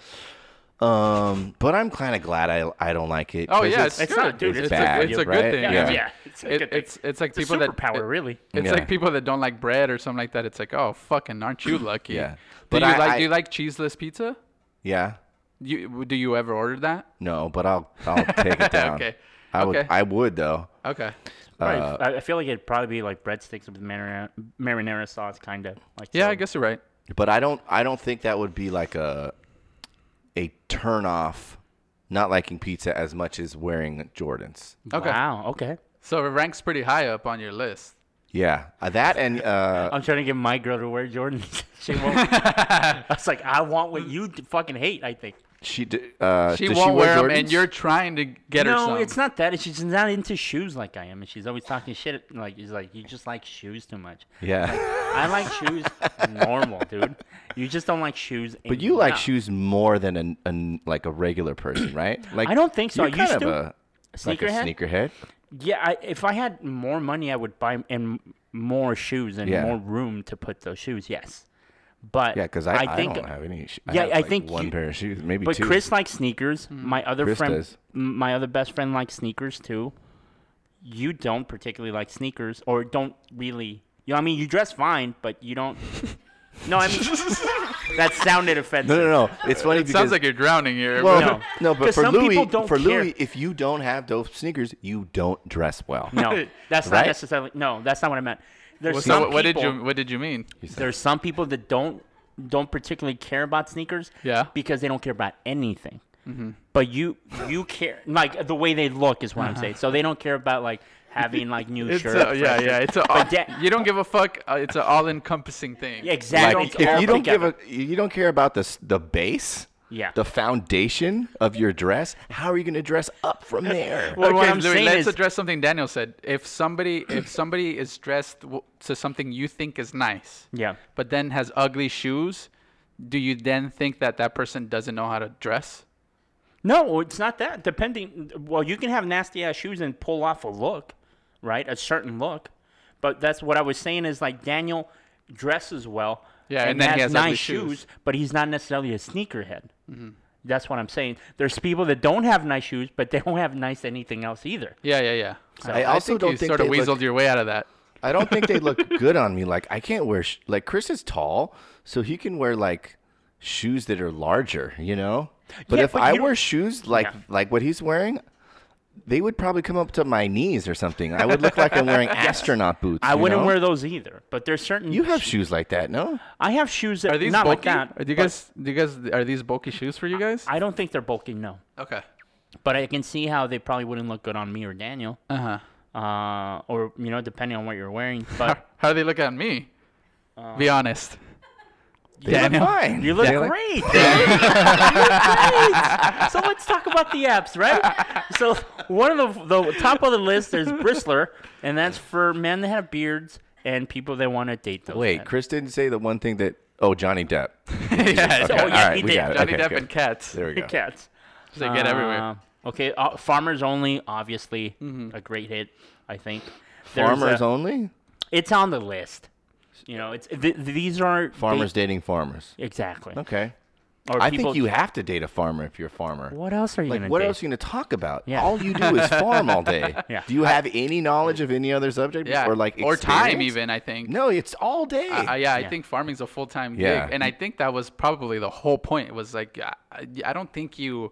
Speaker 1: Um, but I'm kind of glad I I don't like it.
Speaker 3: Oh
Speaker 1: 'cause
Speaker 3: yeah, it's,
Speaker 2: it's
Speaker 3: good.
Speaker 2: not, dude.
Speaker 3: It's,
Speaker 2: It's
Speaker 3: a,
Speaker 1: bad,
Speaker 3: it's a good
Speaker 1: right?
Speaker 3: thing.
Speaker 1: Yeah.
Speaker 3: I mean,
Speaker 2: Yeah, it's a
Speaker 3: it-
Speaker 2: good thing.
Speaker 3: It's, it's like
Speaker 2: It's
Speaker 3: people
Speaker 2: a
Speaker 3: that
Speaker 2: superpower,
Speaker 3: it-
Speaker 2: really.
Speaker 3: It's
Speaker 1: Yeah.
Speaker 3: like people that don't like bread or something like that. It's like, oh fucking, aren't you lucky?
Speaker 1: Yeah.
Speaker 3: Do
Speaker 1: But
Speaker 3: you
Speaker 1: I-
Speaker 3: like
Speaker 1: I-
Speaker 3: do you like cheeseless pizza?
Speaker 1: Yeah.
Speaker 3: You do you ever order that?
Speaker 1: No, but I'll I'll take it down.
Speaker 3: Okay.
Speaker 1: I would
Speaker 3: Okay.
Speaker 1: I would though.
Speaker 3: Okay.
Speaker 2: Probably-
Speaker 3: Uh,
Speaker 2: I I feel like it'd probably be like breadsticks with marinara, marinara sauce, kind of. Like
Speaker 3: Yeah,
Speaker 2: so.
Speaker 3: I guess you're right.
Speaker 1: But I don't I don't think that would be like a a turn off not liking pizza as much as wearing Jordans.
Speaker 3: Okay.
Speaker 2: Wow. Okay.
Speaker 3: So it ranks pretty high up on your list.
Speaker 1: Yeah. Uh, That and uh
Speaker 2: I'm trying to get my girl to wear Jordans. she won't. I was like, I want what you d- fucking hate. I think.
Speaker 1: she d- uh
Speaker 3: She
Speaker 1: does
Speaker 3: won't
Speaker 1: wear
Speaker 3: wear them, and
Speaker 1: Jordans?
Speaker 3: you're trying to get her
Speaker 2: no,
Speaker 3: some.
Speaker 2: it's not that. It's she's not into shoes like I am, and she's always talking shit. Like she's like, you just like shoes too much.
Speaker 1: Yeah.
Speaker 2: I like shoes normal, dude. You just don't like shoes.
Speaker 1: But you like
Speaker 2: enough.
Speaker 1: shoes more than an, an like a regular person, right? Like
Speaker 2: I don't think so.
Speaker 1: You're
Speaker 2: I
Speaker 1: kind of
Speaker 2: used to.
Speaker 1: a like a
Speaker 2: Sneakerhead?
Speaker 1: sneakerhead.
Speaker 2: Yeah, I, if I had more money, I would buy and more shoes and
Speaker 1: Yeah.
Speaker 2: more room to put those shoes. Yes, but
Speaker 1: Yeah, because I, I,
Speaker 2: think
Speaker 1: don't have any. Sh-
Speaker 2: yeah,
Speaker 1: have,
Speaker 2: I
Speaker 1: like,
Speaker 2: think
Speaker 1: one
Speaker 2: you-
Speaker 1: pair of shoes, maybe
Speaker 2: But
Speaker 1: two.
Speaker 2: Chris likes sneakers. My other
Speaker 1: Chris
Speaker 2: friend,
Speaker 1: does.
Speaker 2: m- my other best friend likes sneakers too. You don't particularly like sneakers, or don't really. You know, I mean, you dress fine, but you don't. no, I mean that sounded offensive.
Speaker 1: no, no, no. It's funny
Speaker 3: It
Speaker 1: because
Speaker 3: sounds like you're drowning here.
Speaker 1: well,
Speaker 2: No.
Speaker 1: no, but
Speaker 2: 'Cause
Speaker 1: for
Speaker 2: some people
Speaker 1: Louis,
Speaker 2: don't
Speaker 1: for
Speaker 2: care.
Speaker 1: Louis, if you don't have those sneakers, you don't dress well.
Speaker 2: No, that's not
Speaker 1: Right?
Speaker 2: necessarily. No, that's not what I meant. There's
Speaker 3: Well, so
Speaker 2: some
Speaker 3: what, what did
Speaker 2: people-
Speaker 3: you what did you mean?
Speaker 2: There's some people that don't don't particularly care about sneakers.
Speaker 3: Yeah. Mm-hmm.
Speaker 2: Because they don't care about anything. But you you care like the way they look is what I'm saying. So they don't care about like having like new
Speaker 3: Uh-huh. It's
Speaker 2: shirts.
Speaker 3: a, yeah,
Speaker 2: fresh
Speaker 3: yeah.
Speaker 2: shirts.
Speaker 3: It's a
Speaker 2: But da-
Speaker 3: you don't give a fuck. Uh, it's an all-encompassing thing.
Speaker 2: Yeah,
Speaker 1: Like,
Speaker 2: exactly. It's
Speaker 1: if
Speaker 2: all
Speaker 1: you don't give
Speaker 2: together.
Speaker 1: a, you don't care about the s- the base,
Speaker 2: Yeah.
Speaker 1: the foundation of your dress. How are you going to dress up from there?
Speaker 2: Well, what
Speaker 3: okay,
Speaker 2: I'm
Speaker 3: Louis,
Speaker 2: saying is-
Speaker 3: let's address something Daniel said. If somebody if somebody is dressed w- to something you think is nice,
Speaker 2: Yeah.
Speaker 3: but then has ugly shoes, do you then think that that person doesn't know how to dress?
Speaker 2: No, it's not that. Depending, well, you can have nasty ass shoes and pull off a look, right? A certain look. But that's what I was saying is like Daniel dresses well.
Speaker 3: Yeah, and then he has ugly
Speaker 2: nice
Speaker 3: shoes. Mm-hmm.
Speaker 2: but he's not necessarily a sneakerhead. That's what I'm saying. There's people that don't have nice shoes, but they don't have nice anything else either.
Speaker 3: Yeah, yeah, yeah. So
Speaker 1: I also don't
Speaker 3: you
Speaker 1: think
Speaker 3: sort of
Speaker 1: they
Speaker 3: weaseled
Speaker 1: look-
Speaker 3: your way out of that.
Speaker 1: I don't think they look good on me. Like I can't wear sh- like Chris is tall, so he can wear like shoes that are larger, you know. But
Speaker 2: Yeah,
Speaker 1: if
Speaker 2: but
Speaker 1: I
Speaker 2: you don't-
Speaker 1: wore shoes like
Speaker 2: Yeah.
Speaker 1: like what he's wearing, they would probably come up to my knees or something. I would look like I'm wearing astronaut boots.
Speaker 2: I
Speaker 1: you
Speaker 2: wouldn't
Speaker 1: know?
Speaker 2: wear those either. But there's certain
Speaker 1: You have shoes like that, no?
Speaker 2: I have shoes that
Speaker 3: Are these
Speaker 2: not
Speaker 3: bulky?
Speaker 2: like that.
Speaker 3: Are do you
Speaker 2: but
Speaker 3: guys do you guys are these bulky shoes for you guys?
Speaker 2: I don't think they're bulky. No,
Speaker 3: okay.
Speaker 2: but I can see how they probably wouldn't look good on me or Daniel.
Speaker 3: Uh huh.
Speaker 2: uh, or you know, depending on what you're wearing. But
Speaker 3: How do they look at me? Be honest.
Speaker 1: They look
Speaker 3: Daniel,
Speaker 1: fine.
Speaker 2: you look
Speaker 1: They
Speaker 2: great. dude. you look great. So let's talk about the apps, right? So one of the the top of the list is Bristler, and that's for men that have beards and people that want to date those.
Speaker 1: Wait,
Speaker 2: men.
Speaker 1: Chris didn't say the one thing that. Oh, Johnny Depp.
Speaker 3: yeah,
Speaker 2: Oh,
Speaker 1: All
Speaker 2: yeah,
Speaker 1: right,
Speaker 2: he
Speaker 1: we
Speaker 2: did.
Speaker 1: got it.
Speaker 3: Johnny
Speaker 1: Okay,
Speaker 3: Depp
Speaker 1: good.
Speaker 3: and cats.
Speaker 1: There we go.
Speaker 2: cats.
Speaker 3: They get everywhere. Mm-hmm.
Speaker 2: Uh, okay, uh, farmers only, obviously, a great hit, I think. There's uh,
Speaker 1: Farmers
Speaker 2: a-
Speaker 1: only.
Speaker 2: It's on the list. You know, it's th- these are
Speaker 1: Farmers dating farmers.
Speaker 2: exactly.
Speaker 1: Okay.
Speaker 2: Or
Speaker 1: I
Speaker 2: people-
Speaker 1: think you have to date a farmer if you're a farmer.
Speaker 2: What else are you
Speaker 1: Like,
Speaker 2: gonna
Speaker 1: what
Speaker 2: do?
Speaker 1: else are you going to talk about?
Speaker 2: Yeah.
Speaker 1: All you do is farm all day.
Speaker 2: Yeah.
Speaker 1: Do you have any knowledge of any other subject?
Speaker 3: Yeah.
Speaker 1: Or like
Speaker 3: or time
Speaker 1: experience?
Speaker 3: even. I think.
Speaker 1: No, it's all day.
Speaker 3: Uh, yeah, I
Speaker 2: Yeah.
Speaker 3: think farming's a full time
Speaker 1: Yeah.
Speaker 3: gig, and I think that was probably the whole point. Was like, I, I don't think you,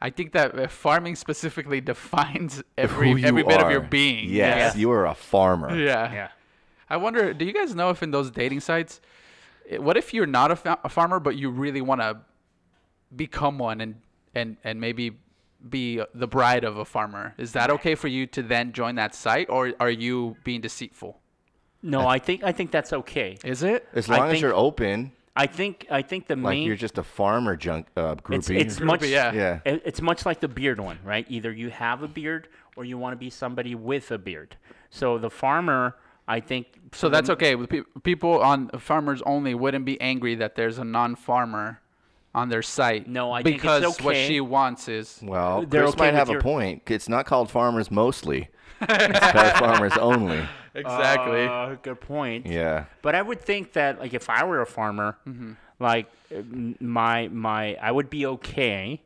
Speaker 3: I think that uh, farming specifically defines
Speaker 1: Who
Speaker 3: every
Speaker 1: you
Speaker 3: every bit of your
Speaker 1: are.
Speaker 3: being.
Speaker 1: Yes,
Speaker 2: Yeah.
Speaker 1: you are a farmer.
Speaker 3: Yeah.
Speaker 2: Yeah.
Speaker 3: I wonder, do you guys know if in those dating sites, i- what if you're not a, fa- a farmer, but you really want to become one and, and, and maybe be the bride of a farmer? Is that okay for you to then join that site or are you being deceitful?
Speaker 2: No, I think I think that's okay.
Speaker 3: Is it?
Speaker 1: As
Speaker 2: I
Speaker 1: long as
Speaker 2: think-
Speaker 1: you're open,
Speaker 2: I think I think the
Speaker 1: like
Speaker 2: main
Speaker 1: you're just a farmer junk uh,
Speaker 2: it's
Speaker 1: groupie.
Speaker 2: it's much
Speaker 3: yeah.
Speaker 1: yeah.
Speaker 2: it- it's much like the beard one, right? Either you have a beard or you want to be somebody with a beard. So the farmer, I think.
Speaker 3: So that's okay. with peop- People on farmers only wouldn't be angry that there's a non-farmer on their site.
Speaker 2: No, I think it's
Speaker 3: because what
Speaker 2: okay.
Speaker 3: she wants is
Speaker 1: Well,
Speaker 2: They're
Speaker 1: Chris
Speaker 2: okay
Speaker 1: might
Speaker 2: with
Speaker 1: have
Speaker 2: your-
Speaker 1: a point. It's not called farmers mostly. it's called farmers only.
Speaker 3: exactly.
Speaker 2: Uh, good point.
Speaker 1: Yeah.
Speaker 2: But I would think that like if I were
Speaker 3: Mm-hmm.
Speaker 2: a farmer, like uh, m- my my I would be okay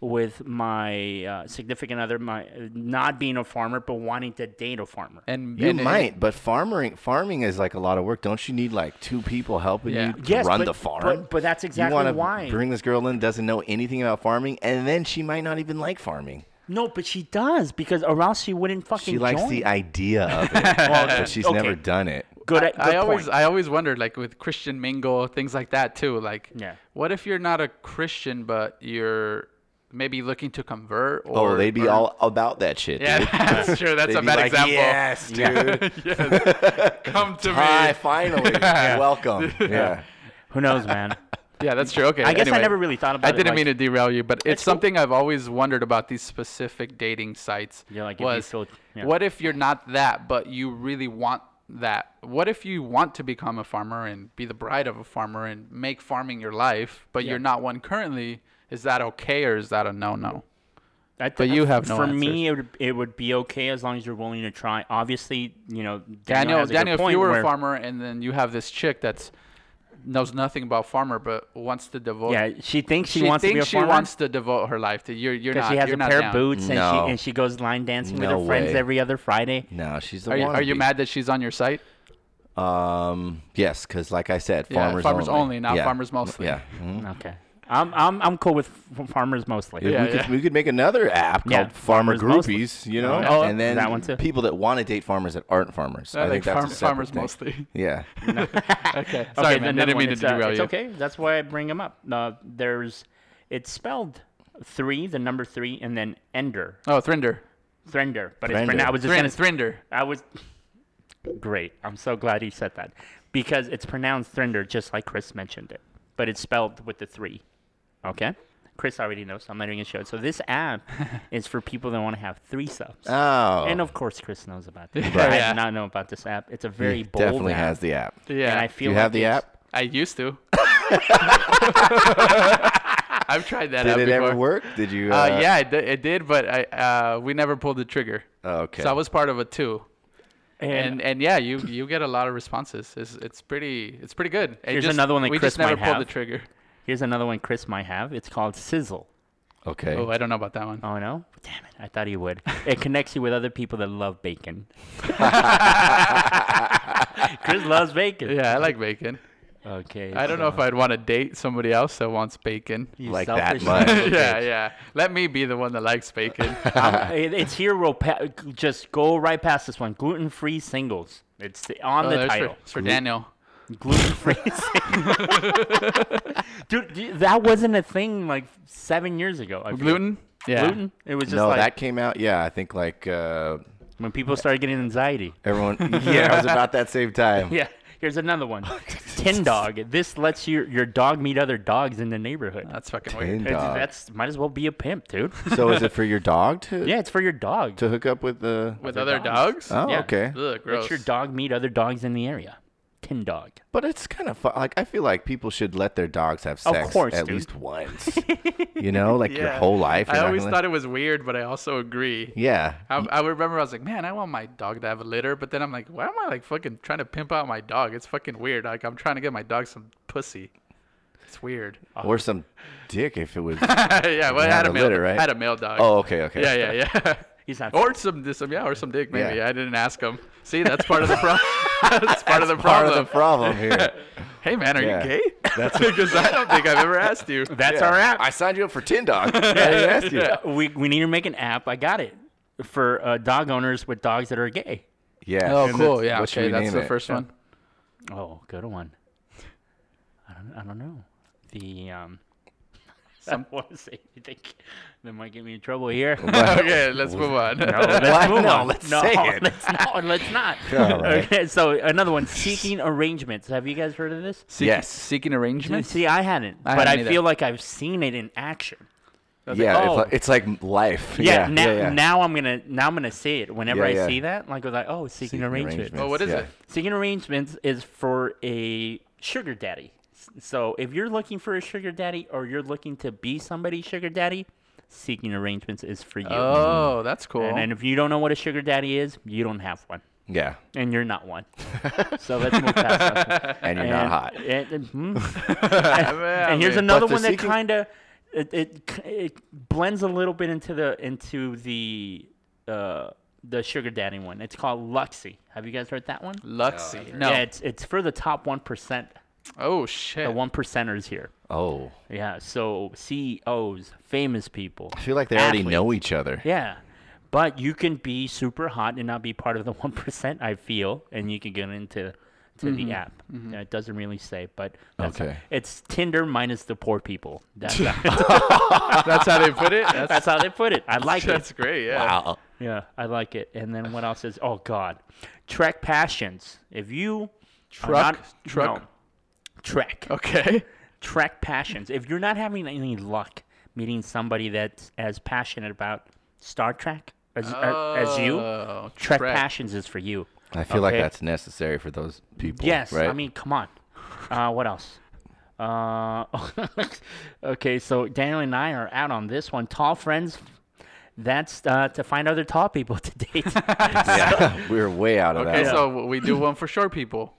Speaker 2: with my uh, significant other, my not being a farmer but wanting to date a farmer.
Speaker 3: And
Speaker 1: You
Speaker 3: and-
Speaker 1: might, but farming farming is like a lot of work. Don't you need like two people helping
Speaker 3: Yeah.
Speaker 1: you
Speaker 2: Yes,
Speaker 1: run
Speaker 2: but-
Speaker 1: the farm?
Speaker 2: but- but that's exactly
Speaker 1: you wanna
Speaker 2: why.
Speaker 1: Bring this girl in doesn't know anything about farming, and then she might not even like farming.
Speaker 2: No, but she does because or else she wouldn't fucking.
Speaker 1: She likes
Speaker 2: join.
Speaker 1: the idea of it, but she's
Speaker 2: okay.
Speaker 1: never done it.
Speaker 2: Good. Good
Speaker 3: I always
Speaker 2: point.
Speaker 3: I always wondered like with Christian mingle things like that too. Like
Speaker 2: Yeah.
Speaker 3: what if you're not a Christian but you're maybe looking to convert or
Speaker 1: Oh, they'd be
Speaker 3: or-
Speaker 1: all about that shit.
Speaker 3: Yeah,
Speaker 1: dude.
Speaker 3: that's true. That's
Speaker 1: They'd
Speaker 3: a
Speaker 1: be
Speaker 3: bad
Speaker 1: like,
Speaker 3: example.
Speaker 1: Yes, dude.
Speaker 3: Come to
Speaker 1: Hi,
Speaker 3: me.
Speaker 1: finally. Welcome. Yeah.
Speaker 2: Who knows, man?
Speaker 3: Yeah, that's true. Okay.
Speaker 2: I guess I
Speaker 3: anyway.
Speaker 2: never really thought about
Speaker 3: I
Speaker 2: it.
Speaker 3: didn't
Speaker 2: like,
Speaker 3: mean to derail you, but it's
Speaker 2: cool.
Speaker 3: something I've always wondered about these specific dating sites.
Speaker 2: Yeah, like if you
Speaker 3: was,
Speaker 2: feel- yeah.
Speaker 3: what if you're not that, but you really want that? What if you want to become a farmer and be the bride of a farmer and make farming your life, but you're not one currently? Is that okay or is that a no-no?
Speaker 2: I th-
Speaker 3: But you have no
Speaker 2: For me, it would, it would be okay as long as you're willing to try. Obviously, you know, Daniel,
Speaker 3: Daniel,
Speaker 2: has a good
Speaker 3: Daniel, if
Speaker 2: point
Speaker 3: you were
Speaker 2: where-
Speaker 3: a farmer and then you have this chick that's knows nothing about farmer but wants to devote
Speaker 2: yeah, she thinks she, wants
Speaker 3: thinks
Speaker 2: to be a
Speaker 3: she
Speaker 2: farmer
Speaker 3: wants to devote her life to you're you're not
Speaker 2: she has
Speaker 3: you're
Speaker 2: a
Speaker 3: not
Speaker 2: pair of
Speaker 3: down.
Speaker 2: boots and
Speaker 1: No.
Speaker 2: she and she goes line dancing
Speaker 1: No
Speaker 2: with her friends
Speaker 1: way.
Speaker 2: every other Friday.
Speaker 1: No, she's the
Speaker 3: Are you,
Speaker 1: wannabe.
Speaker 3: are you mad that she's on your site?
Speaker 1: Um, yes, because like I said,
Speaker 3: Yeah,
Speaker 1: farmers,
Speaker 3: farmers
Speaker 1: only.
Speaker 3: only, not
Speaker 1: Yeah.
Speaker 3: farmers mostly.
Speaker 1: Yeah. Mhm.
Speaker 2: Okay, I'm I'm I'm cool with f- farmers mostly.
Speaker 3: Yeah,
Speaker 1: we, Could,
Speaker 3: yeah.
Speaker 1: we could make another app called
Speaker 2: Yeah,
Speaker 1: Farmer
Speaker 2: farmers
Speaker 1: Groupies,
Speaker 2: mostly.
Speaker 1: you know,
Speaker 2: Oh,
Speaker 1: and then
Speaker 2: that one too.
Speaker 1: people that want to date farmers that aren't farmers. I,
Speaker 3: I
Speaker 1: think
Speaker 3: like
Speaker 1: that's a
Speaker 3: farm-
Speaker 1: separate
Speaker 3: farmers
Speaker 1: thing.
Speaker 3: mostly.
Speaker 1: Yeah,
Speaker 3: Okay. Sorry,
Speaker 2: okay,
Speaker 3: man.
Speaker 2: then
Speaker 3: Didn't
Speaker 2: that
Speaker 3: mean
Speaker 2: one,
Speaker 3: to
Speaker 2: it's, uh,
Speaker 3: derail
Speaker 2: it's
Speaker 3: you.
Speaker 2: okay. That's why I bring them up. Uh, there's it's spelled three, the number three, and then ender,
Speaker 3: Oh, Thrinder.
Speaker 2: thrender. But
Speaker 1: Thrinder.
Speaker 2: it's pronounced. I was just
Speaker 3: Thrind,
Speaker 2: gonna
Speaker 3: Thrinder.
Speaker 2: I was great. I'm so glad he said that because it's pronounced Thrinder, just like Chris mentioned it, but it's spelled with the three. Okay, Chris already knows. So I'm not even gonna show it. So this app is for people that want to have three subs.
Speaker 1: oh,
Speaker 2: And of course, Chris knows about this.
Speaker 3: Right.
Speaker 2: I
Speaker 3: Yeah.
Speaker 2: did not know about this app. It's a
Speaker 1: He
Speaker 2: very bold
Speaker 1: definitely
Speaker 2: app.
Speaker 1: has the app.
Speaker 3: Yeah.
Speaker 2: And I
Speaker 3: I
Speaker 1: Do
Speaker 2: feel
Speaker 1: you
Speaker 2: like
Speaker 1: have the
Speaker 2: it's-
Speaker 1: app?
Speaker 3: used to. I've tried that out
Speaker 1: Did it
Speaker 3: before.
Speaker 1: ever work? Did you? Uh,
Speaker 3: Uh, yeah, it did, it did, but I uh, we never pulled the trigger.
Speaker 1: oh, Okay.
Speaker 3: So I was part of a two.
Speaker 2: And,
Speaker 3: And and yeah, you you get a lot of responses. It's it's pretty it's pretty good. It
Speaker 2: Here's
Speaker 3: just-
Speaker 2: another one that
Speaker 3: we
Speaker 2: Chris
Speaker 3: just never
Speaker 2: might
Speaker 3: pulled
Speaker 2: have.
Speaker 3: the trigger.
Speaker 2: here's another one Chris might have. It's called Sizzle.
Speaker 1: okay.
Speaker 3: Oh, I don't know about that one.
Speaker 2: Oh no! Damn it! I thought he would. It connects you with other people that love bacon. Chris loves bacon.
Speaker 3: Yeah, I like bacon.
Speaker 2: Okay.
Speaker 3: I don't know if I'd want to date somebody else that wants bacon.
Speaker 2: You
Speaker 1: Like that
Speaker 2: selfish
Speaker 1: much.
Speaker 2: son of a
Speaker 3: yeah,
Speaker 2: bitch.
Speaker 3: yeah. Let me be the one that likes bacon.
Speaker 2: I'm- Um, it- it's here. We'll pa- just go right past this one. Gluten free singles. It's the, on
Speaker 3: Oh,
Speaker 2: the
Speaker 3: there's for-
Speaker 2: title.
Speaker 3: it's for Daniel.
Speaker 2: Gluten free singles. Dude, d- that wasn't a thing like seven years ago. I feel.
Speaker 3: Gluten? Yeah.
Speaker 2: Gluten. It was just
Speaker 1: no,
Speaker 2: like
Speaker 1: that came out. Yeah, I think like uh,
Speaker 2: when people started getting anxiety.
Speaker 1: everyone. yeah, it was about that same time.
Speaker 2: Yeah. Here's another one. Tin dog. This lets your your dog meet other dogs in the neighborhood.
Speaker 3: That's fucking
Speaker 1: Tin
Speaker 3: weird.
Speaker 2: It's-
Speaker 1: dog.
Speaker 2: That's might as well be a pimp, dude.
Speaker 1: So is it for your dog to
Speaker 2: yeah, it's for your dog.
Speaker 1: to hook up with the?
Speaker 3: With
Speaker 2: Other
Speaker 3: other dogs?
Speaker 1: oh,
Speaker 2: yeah.
Speaker 1: okay.
Speaker 3: Ugh, gross.
Speaker 2: Let your dog meet other dogs in the area. Tin dog.
Speaker 1: But it's kind of fun. Like I feel like people should let their dogs have
Speaker 2: Of
Speaker 1: sex
Speaker 2: course,
Speaker 1: at
Speaker 2: dude.
Speaker 1: least once. you know, like your
Speaker 3: Yeah.
Speaker 1: whole life. you're
Speaker 3: I
Speaker 1: not
Speaker 3: always
Speaker 1: gonna-
Speaker 3: thought it was weird, but I also agree.
Speaker 1: Yeah.
Speaker 3: I, I remember I was like, man, I want my dog to have a litter, but then I'm like, why am I like fucking trying to pimp out my dog? It's fucking weird. Like I'm trying to get my dog some pussy. It's weird.
Speaker 2: Oh.
Speaker 1: Or some dick if it was.
Speaker 3: yeah, well, I
Speaker 1: have
Speaker 3: had
Speaker 1: a
Speaker 3: a male,
Speaker 1: litter, right?
Speaker 3: had a male dog.
Speaker 1: oh, okay, okay.
Speaker 3: Yeah, yeah, yeah.
Speaker 2: He's not.
Speaker 3: or some, some, yeah, or some dick maybe.
Speaker 1: Yeah.
Speaker 3: I didn't ask him. See, that's part of the problem. that's part of the
Speaker 1: Part
Speaker 3: problem.
Speaker 1: of the problem here.
Speaker 3: Hey man, are
Speaker 1: Yeah.
Speaker 3: you gay? That's because I don't think I've ever asked you.
Speaker 2: That's our app.
Speaker 1: I signed you up for Tin Dog. I didn't ask you.
Speaker 2: Uh, we, we need to make an app. I got it for uh, dog owners with dogs that are gay.
Speaker 1: Yeah.
Speaker 3: Oh,
Speaker 1: And
Speaker 3: cool.
Speaker 1: that's-
Speaker 3: Yeah.
Speaker 1: what should
Speaker 3: Okay,
Speaker 1: we
Speaker 3: that's
Speaker 1: name
Speaker 3: the
Speaker 1: it?
Speaker 3: first one.
Speaker 2: Oh, good one. I don't, I don't know. The um, I
Speaker 3: Some-
Speaker 2: don't want to say anything that might get me in trouble here.
Speaker 3: okay, let's move on.
Speaker 1: Why-
Speaker 2: Move
Speaker 1: no,
Speaker 2: on.
Speaker 1: let's
Speaker 2: no,
Speaker 1: say it.
Speaker 2: Let's not. Let's not.
Speaker 1: All right.
Speaker 2: Okay, so another one, seeking arrangements. Have you guys heard of this?
Speaker 3: Seek-
Speaker 1: Yes.
Speaker 3: Seeking arrangements.
Speaker 2: See, I hadn't,
Speaker 3: I
Speaker 2: but
Speaker 3: haven't
Speaker 2: I
Speaker 3: either.
Speaker 2: feel like I've seen it in action.
Speaker 1: Yeah,
Speaker 2: Oh.
Speaker 1: it's, like, it's like life. Yeah.
Speaker 2: Yeah, now
Speaker 1: yeah, yeah.
Speaker 2: now I'm gonna now I'm gonna say it whenever
Speaker 1: Yeah,
Speaker 2: I
Speaker 1: yeah.
Speaker 2: see that. Like, I was like, oh, seeking,
Speaker 1: Seeking
Speaker 2: arrangements.
Speaker 1: arrangements.
Speaker 3: Oh, what is
Speaker 1: Yeah.
Speaker 3: it?
Speaker 2: Seeking arrangements is for a sugar daddy. S- So if you're looking for a sugar daddy or you're looking to be somebody's sugar daddy, seeking arrangements is for you.
Speaker 1: Mm-hmm.
Speaker 3: Oh, that's cool.
Speaker 2: and, and if you don't know what a sugar daddy is, you don't have one,
Speaker 1: Yeah.
Speaker 2: and you're not one. so let's move past that.
Speaker 1: And you're not hot.
Speaker 2: And, and- hmm.
Speaker 3: Yeah,
Speaker 2: And here's
Speaker 3: man.
Speaker 2: another
Speaker 1: the
Speaker 2: one that
Speaker 1: seeking-
Speaker 2: kind of it, it k- it blends a little bit into the into the uh the sugar daddy one. It's called Luxie. Have you guys heard that one?
Speaker 3: Luxie. No.
Speaker 2: Yeah, it's it's for the top one percent,
Speaker 3: oh
Speaker 2: the
Speaker 3: shit.
Speaker 2: one percenters here.
Speaker 1: Oh,
Speaker 2: Yeah, so CEOs, famous people.
Speaker 1: I feel like they already know each other.
Speaker 2: Yeah. But you can be super hot and not be part of the 1%, I feel, and you can get into to the app. Yeah, it doesn't really say, but that's
Speaker 1: Okay.
Speaker 2: it's Tinder minus the poor people. That's, how-
Speaker 3: That's how they put it. That's
Speaker 2: that's how they put it. I like it.
Speaker 3: that's great. Yeah.
Speaker 1: Wow.
Speaker 2: Yeah, I like it. And then what else is? Oh God, Trek Passions. If you are
Speaker 3: Truck?
Speaker 2: not-
Speaker 3: Truck?
Speaker 2: no. Trek
Speaker 3: Okay.
Speaker 2: Trek Passions. If you're not having any luck meeting somebody that's as passionate about Star Trek as uh, as as you,
Speaker 3: Oh,
Speaker 2: Trek,
Speaker 3: Trek.
Speaker 2: Passions is for you.
Speaker 1: I feel like
Speaker 2: Okay.
Speaker 1: that's necessary for those people.
Speaker 2: Yes,
Speaker 1: right?
Speaker 2: I mean, come on. Uh, what else? Uh, okay, so Daniel and I are out on this one. Tall friends. That's uh, to find other tall people to date.
Speaker 1: yeah, we're way out of
Speaker 3: Okay,
Speaker 1: that.
Speaker 3: so we do one for short people.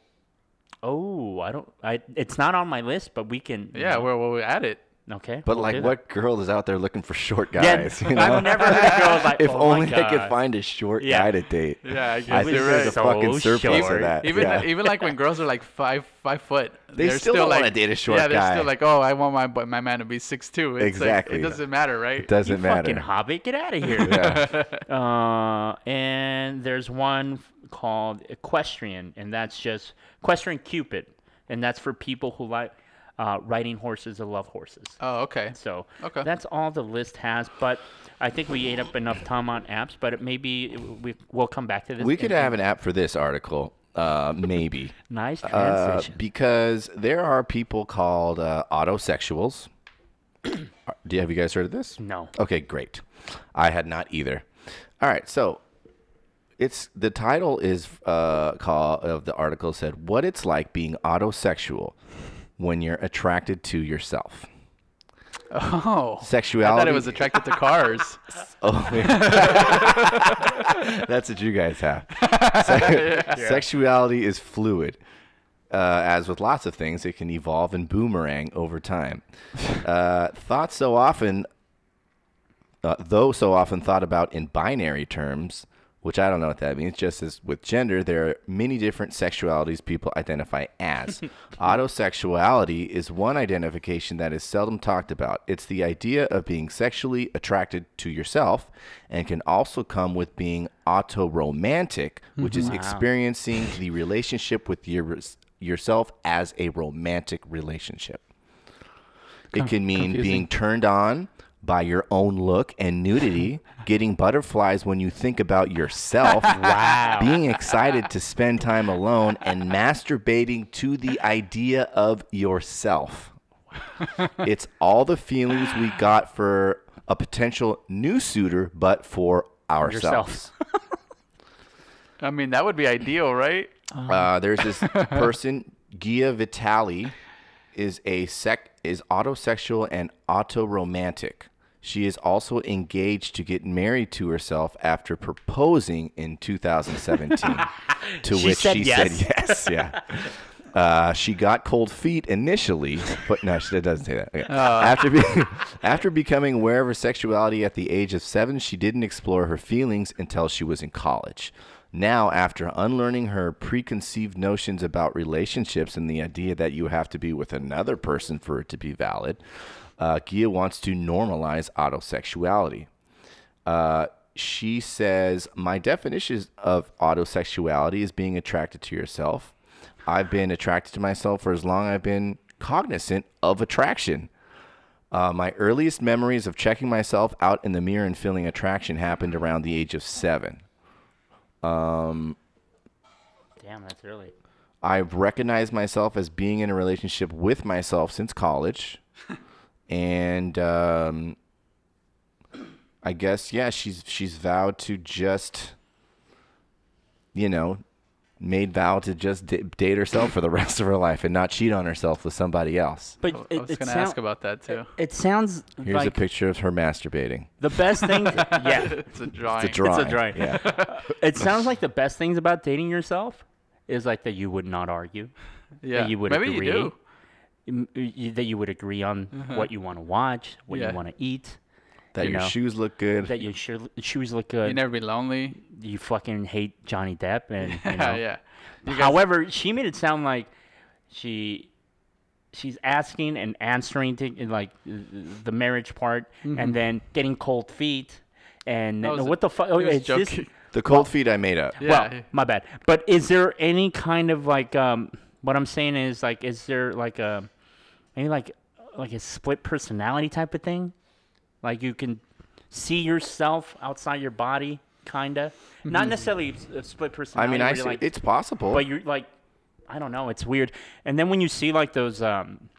Speaker 2: Oh, I don't. I it's not on my list, but we can.
Speaker 1: Mm-hmm.
Speaker 3: Yeah, we're, we're at it.
Speaker 2: Okay.
Speaker 1: But
Speaker 2: we'll do
Speaker 1: like,
Speaker 2: that.
Speaker 1: what girl is out there looking for short
Speaker 2: Yeah,
Speaker 1: guys? you know?
Speaker 2: I've never heard girls like.
Speaker 1: if
Speaker 2: oh my
Speaker 1: only they could
Speaker 2: God.
Speaker 1: find a short
Speaker 2: Yeah.
Speaker 1: guy to date.
Speaker 3: Yeah, I guess
Speaker 1: I
Speaker 3: you're
Speaker 1: think there's a
Speaker 2: so
Speaker 1: fucking surplus
Speaker 2: short.
Speaker 1: of that.
Speaker 3: Even
Speaker 1: yeah.
Speaker 3: even like when girls are like five five foot,
Speaker 1: They
Speaker 3: they're
Speaker 1: still don't
Speaker 3: like,
Speaker 1: wanna date a short
Speaker 3: Yeah, they're
Speaker 1: guy.
Speaker 3: still like, oh, I want my boy- my man to be six two.
Speaker 1: Exactly.
Speaker 3: it doesn't matter, right?
Speaker 1: doesn't
Speaker 2: You
Speaker 1: matter.
Speaker 2: fucking hobbit, get out of here.
Speaker 1: Yeah.
Speaker 2: Uh, and there's one f- called Equestrian, and that's just Equestrian Cupid, and that's for people who like uh, riding horses or love horses.
Speaker 3: Oh, okay.
Speaker 2: So
Speaker 3: Okay.
Speaker 2: that's all the list has. But I think we ate up enough time on apps. But it maybe we we'll come back to this.
Speaker 1: we could
Speaker 2: and-
Speaker 1: have an app for this article, uh, maybe,
Speaker 2: nice
Speaker 1: uh,
Speaker 2: transition.
Speaker 1: because there are people called uh, autosexuals. Do you, have you guys heard of this?
Speaker 2: no.
Speaker 1: Okay, great. I had not either. All right, so it's the title is uh, call of the article said what it's like being autosexual when you're attracted to yourself.
Speaker 3: Oh, I
Speaker 1: Sexuality.
Speaker 3: thought it was attracted to cars.
Speaker 1: Oh, that's what you guys have. Se- Sexuality is fluid. Uh, as with lots of things, it can evolve and boomerang over time. Uh, thoughts so often, uh, though so often thought about in binary terms, which I don't know what that means, just as with gender, there are many different sexualities people identify as. Autosexuality is one identification that is seldom talked about. It's the idea of being sexually attracted to yourself and can also come with being autoromantic, which is experiencing the relationship with your, yourself as a romantic relationship. It can mean being turned on by your own look and nudity, getting butterflies when you think about yourself, wow. being excited to spend time alone, and masturbating to the idea of yourself. it's all the feelings we got for a potential new suitor, but for ourselves.
Speaker 2: Yourself.
Speaker 3: I mean, that would be ideal, right?
Speaker 2: Uh-huh.
Speaker 1: Uh, there's this person, Gia Vitale, is a sec is autosexual and autoromantic. She is also engaged to get married to herself after proposing in 2017. to
Speaker 2: She
Speaker 1: which
Speaker 2: said
Speaker 1: she said yes. Yeah. Uh, she got cold feet initially, but no, she doesn't say that. Okay. After, be- after becoming aware of her sexuality at the age of seven, she didn't explore her feelings until she was in college. Now, after unlearning her preconceived notions about relationships and the idea that you have to be with another person for it to be valid, uh, Gia wants to normalize autosexuality. Uh, she says, My definition of autosexuality is being attracted to yourself. I've been attracted to myself for as long I've been cognizant of attraction. Uh, my earliest memories of checking myself out in the mirror and feeling attraction happened around the age of seven.
Speaker 2: Damn, that's early.
Speaker 1: I've recognized myself as being in a relationship with myself since college. and um, I guess yeah, she's she's vowed to just you know, made vow to just d- date herself for the rest of her life and not cheat on herself with somebody else.
Speaker 2: But
Speaker 3: I
Speaker 2: it,
Speaker 3: was
Speaker 2: it,
Speaker 3: gonna
Speaker 2: sound-
Speaker 3: ask about that too.
Speaker 2: it sounds
Speaker 1: Here's a
Speaker 2: like
Speaker 1: picture of her masturbating.
Speaker 2: the best thing. yeah,
Speaker 3: It's a drawing.
Speaker 1: It's a drawing.
Speaker 2: drawing.
Speaker 1: Yeah.
Speaker 2: it sounds like the best things about dating yourself is like that you would not argue.
Speaker 3: yeah.
Speaker 2: you would
Speaker 3: Maybe
Speaker 2: agree.
Speaker 3: you do.
Speaker 2: m- uh, you- that you would agree on what you want to watch, what
Speaker 3: Mm-hmm. Yeah.
Speaker 2: you want to eat,
Speaker 1: That
Speaker 2: you
Speaker 1: your
Speaker 2: know,
Speaker 1: shoes look good.
Speaker 2: that your sho- shoes look
Speaker 3: You
Speaker 2: good.
Speaker 3: never be lonely.
Speaker 2: you fucking hate Johnny Depp, and you know.
Speaker 3: yeah. You guys-
Speaker 2: However, she made it sound like she she's asking and answering to uh, like the marriage part, and then getting cold feet, and
Speaker 3: Mm-hmm. was-
Speaker 2: what the fuck? Oh,
Speaker 3: he was
Speaker 2: is this-
Speaker 3: joking.
Speaker 1: the cold feet I made up.
Speaker 3: Yeah.
Speaker 2: Well, my bad. But is there any kind of like um? What I'm saying is like, is there like a maybe like like a split personality type of thing? Like you can see yourself outside your body, kinda.
Speaker 3: Hmm.
Speaker 2: Not necessarily a split
Speaker 1: I
Speaker 2: personality.
Speaker 1: mean, I
Speaker 2: where you're
Speaker 1: see,
Speaker 2: like,
Speaker 1: it's possible.
Speaker 2: but you're like, I don't know. It's weird. And then when you see like those um,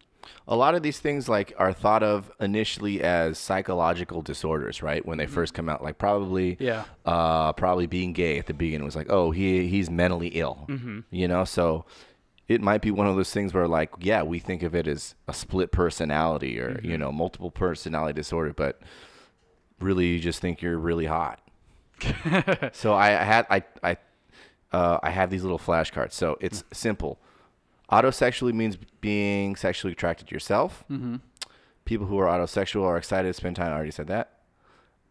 Speaker 1: a lot of these things like are thought of initially as psychological disorders, right? When they first come out, like probably,
Speaker 3: Yeah.
Speaker 1: uh, probably being gay at the beginning was like, oh, he he's mentally ill, you know. So it might be one of those things where like, yeah, we think of it as a split personality or you know multiple personality disorder, but really you just think you're really hot. so I had I I uh, I have these little flashcards. So it's simple. Autosexually means being sexually attracted to yourself. Mm-hmm. People who are autosexual are excited to spend time. I already said that.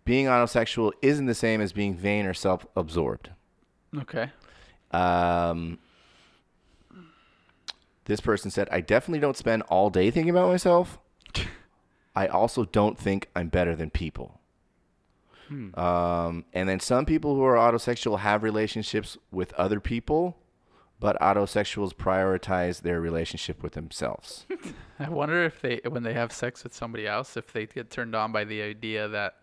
Speaker 1: Being autosexual isn't the same as being vain or self-absorbed.
Speaker 3: okay.
Speaker 1: Um, this person said, "I definitely don't spend all day thinking about myself. I also don't think I'm better than people." Um, and then some people who are autosexual have relationships with other people, but autosexuals prioritize their relationship with themselves.
Speaker 3: I wonder if they, when they have sex with somebody else, if they get turned on by the idea that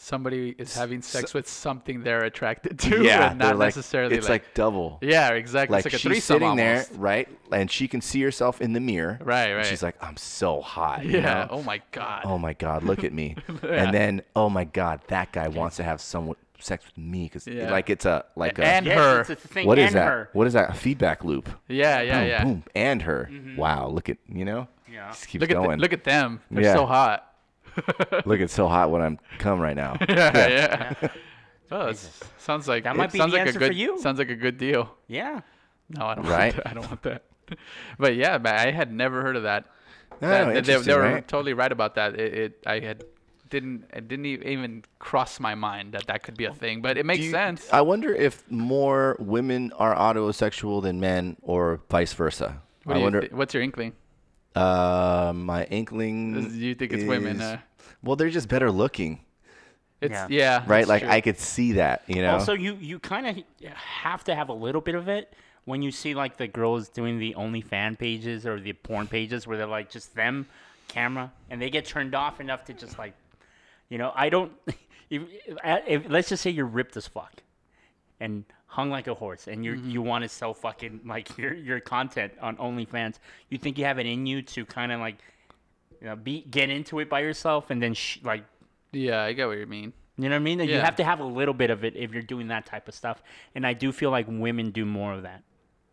Speaker 3: somebody is having sex with something they're attracted to, and
Speaker 1: they're
Speaker 3: not
Speaker 1: like-
Speaker 3: necessarily.
Speaker 1: It's like, double.
Speaker 3: yeah, exactly.
Speaker 1: Like,
Speaker 3: it's like a
Speaker 1: she's
Speaker 3: threesome
Speaker 1: sitting
Speaker 3: almost.
Speaker 1: there, right, and she can see herself in the mirror.
Speaker 3: Right,
Speaker 1: and
Speaker 3: right.
Speaker 1: she's like, "I'm so hot." you
Speaker 3: Yeah.
Speaker 1: know?
Speaker 3: Oh my god.
Speaker 1: oh my god look at me and then oh my god that guy wants to have someone sex with me because
Speaker 3: Yeah.
Speaker 1: like it's a like a
Speaker 3: And her.
Speaker 2: Yes, it's, a thing.
Speaker 1: what is
Speaker 2: and
Speaker 1: that
Speaker 2: Her.
Speaker 1: what is that a feedback loop
Speaker 3: Yeah, yeah,
Speaker 1: boom,
Speaker 3: yeah. Mm-hmm.
Speaker 1: boom and her wow look at you know
Speaker 2: Yeah.
Speaker 1: just keeps
Speaker 3: Look at
Speaker 1: going
Speaker 3: the, look at them. They're
Speaker 1: Yeah.
Speaker 3: so hot.
Speaker 1: look it's so hot when i'm cum right now
Speaker 3: Yeah, yeah. Oh, it's, sounds like
Speaker 2: That
Speaker 3: it
Speaker 2: might be
Speaker 3: sounds
Speaker 2: the
Speaker 3: like
Speaker 2: answer
Speaker 3: a
Speaker 2: for
Speaker 3: good
Speaker 2: you.
Speaker 3: sounds like a good deal.
Speaker 2: Yeah.
Speaker 3: No, I don't.
Speaker 1: Right?
Speaker 3: Want that. I don't want that. But yeah, but I had never heard of that.
Speaker 1: No,
Speaker 3: That-
Speaker 1: no,
Speaker 3: they- they,
Speaker 1: Oh, interesting,
Speaker 3: were
Speaker 1: right?
Speaker 3: totally right about that. It, it I had didn't it didn't e- even cross my mind that that could be a thing. But it
Speaker 1: Do
Speaker 3: makes
Speaker 1: you-
Speaker 3: sense.
Speaker 1: i wonder if more women are autosexual than men or vice versa
Speaker 3: What do
Speaker 1: i
Speaker 3: you
Speaker 1: wonder
Speaker 3: thi- what's your inkling?
Speaker 1: uh, my inkling
Speaker 3: Is- you think it's women,
Speaker 1: is-
Speaker 3: huh?
Speaker 1: well they're just better looking
Speaker 3: It's
Speaker 2: Yeah.
Speaker 3: yeah,
Speaker 1: right
Speaker 3: that's
Speaker 1: like
Speaker 3: true.
Speaker 1: i could see that you know
Speaker 2: Also, you you kind of have to have a little bit of it when you see like the girls doing the only fan pages or the porn pages where they're like just them camera and they get turned off enough to just like you know I don't if, if, let's just say you're ripped as fuck and hung like a horse and you you want to sell fucking like your your content on OnlyFans you think you have it in you to kind of like you know be get into it by yourself and then sh- like
Speaker 3: yeah, I get what you mean.
Speaker 2: you know what I mean? You
Speaker 3: Yeah.
Speaker 2: have to have a little bit of it if you're doing that type of stuff. And I do feel like women do more of that.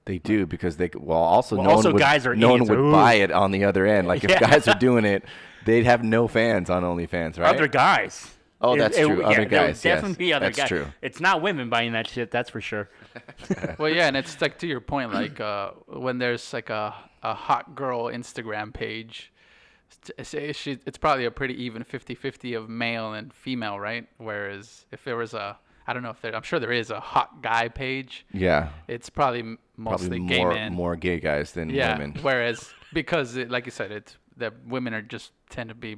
Speaker 1: They do because they c- well also
Speaker 2: Well,
Speaker 1: no
Speaker 2: also
Speaker 1: one would,
Speaker 2: guys are
Speaker 1: no one
Speaker 2: idiots.
Speaker 1: would
Speaker 2: Ooh.
Speaker 1: buy it on the other end. Like if
Speaker 2: Yeah.
Speaker 1: guys are doing it, they'd have no fans on OnlyFans, right?
Speaker 2: Other guys.
Speaker 1: Oh, that's true. Other
Speaker 2: there would
Speaker 1: guys, yes.
Speaker 2: definitely be other
Speaker 1: That's
Speaker 2: guys.
Speaker 1: true.
Speaker 2: It's not women buying that shit. That's for sure.
Speaker 3: well, yeah, and it's like to your point, like uh, when there's like a, a hot girl Instagram page, s- say she, it's probably a pretty even 50-50 of male and female, right? Whereas if there was a, I don't know if there, I'm sure there is a hot guy page.
Speaker 1: yeah,
Speaker 3: It's probably m-
Speaker 1: probably
Speaker 3: mostly gay
Speaker 1: more
Speaker 3: men.
Speaker 1: more gay guys than
Speaker 3: yeah.
Speaker 1: women.
Speaker 3: Whereas because it, like you said, it's that women are just tend to be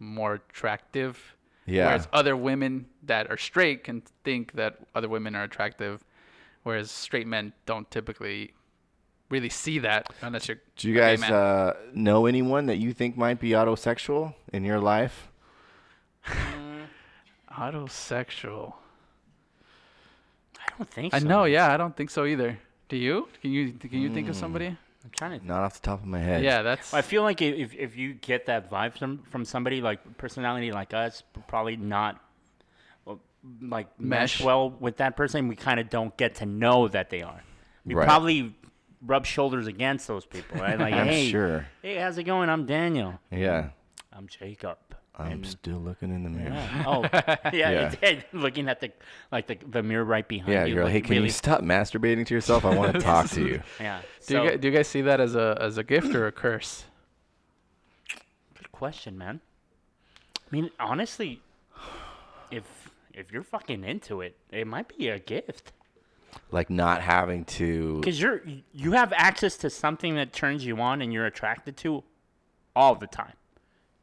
Speaker 3: more attractive.
Speaker 1: Yeah.
Speaker 3: Whereas other women that are straight can think that other women are attractive, whereas straight men don't typically really see that unless you're.
Speaker 1: Do you
Speaker 3: a gay
Speaker 1: guys
Speaker 3: man.
Speaker 1: uh, know anyone that you think might be autosexual in your life?
Speaker 3: autosexual?
Speaker 2: I don't think so.
Speaker 3: I know. Yeah, I don't think so either. Do you? Can you? Can you
Speaker 1: Hmm.
Speaker 3: think of somebody?
Speaker 2: I'm trying to.
Speaker 1: Not off the top of my head.
Speaker 3: Yeah, that's.
Speaker 2: I feel like if, if- if you get that vibe from, from somebody, like personality like us, probably not well, like mesh.
Speaker 3: Mesh.
Speaker 2: well with that person. We kind of don't get to know that they are. We
Speaker 1: Right.
Speaker 2: probably rub shoulders against those people, right? Like,
Speaker 1: I'm
Speaker 2: hey,
Speaker 1: sure.
Speaker 2: hey, how's it going? I'm Daniel.
Speaker 1: Yeah.
Speaker 2: I'm Jacob.
Speaker 1: I'm still looking in the mirror. Yeah,
Speaker 2: Oh, yeah,
Speaker 1: Yeah.
Speaker 2: it did. Looking at the like the, the mirror right behind you.
Speaker 1: you're like, hey, can
Speaker 2: really-
Speaker 1: you stop masturbating to yourself? I want to talk to you.
Speaker 2: Yeah.
Speaker 3: Do
Speaker 2: so,
Speaker 3: you guys, do you guys see that as a as a gift or a curse?
Speaker 2: good question, man. I mean, honestly, if if you're fucking into it, it might be a gift
Speaker 1: Like not having to.
Speaker 2: because you're you have access to something that turns you on and you're attracted to all the time.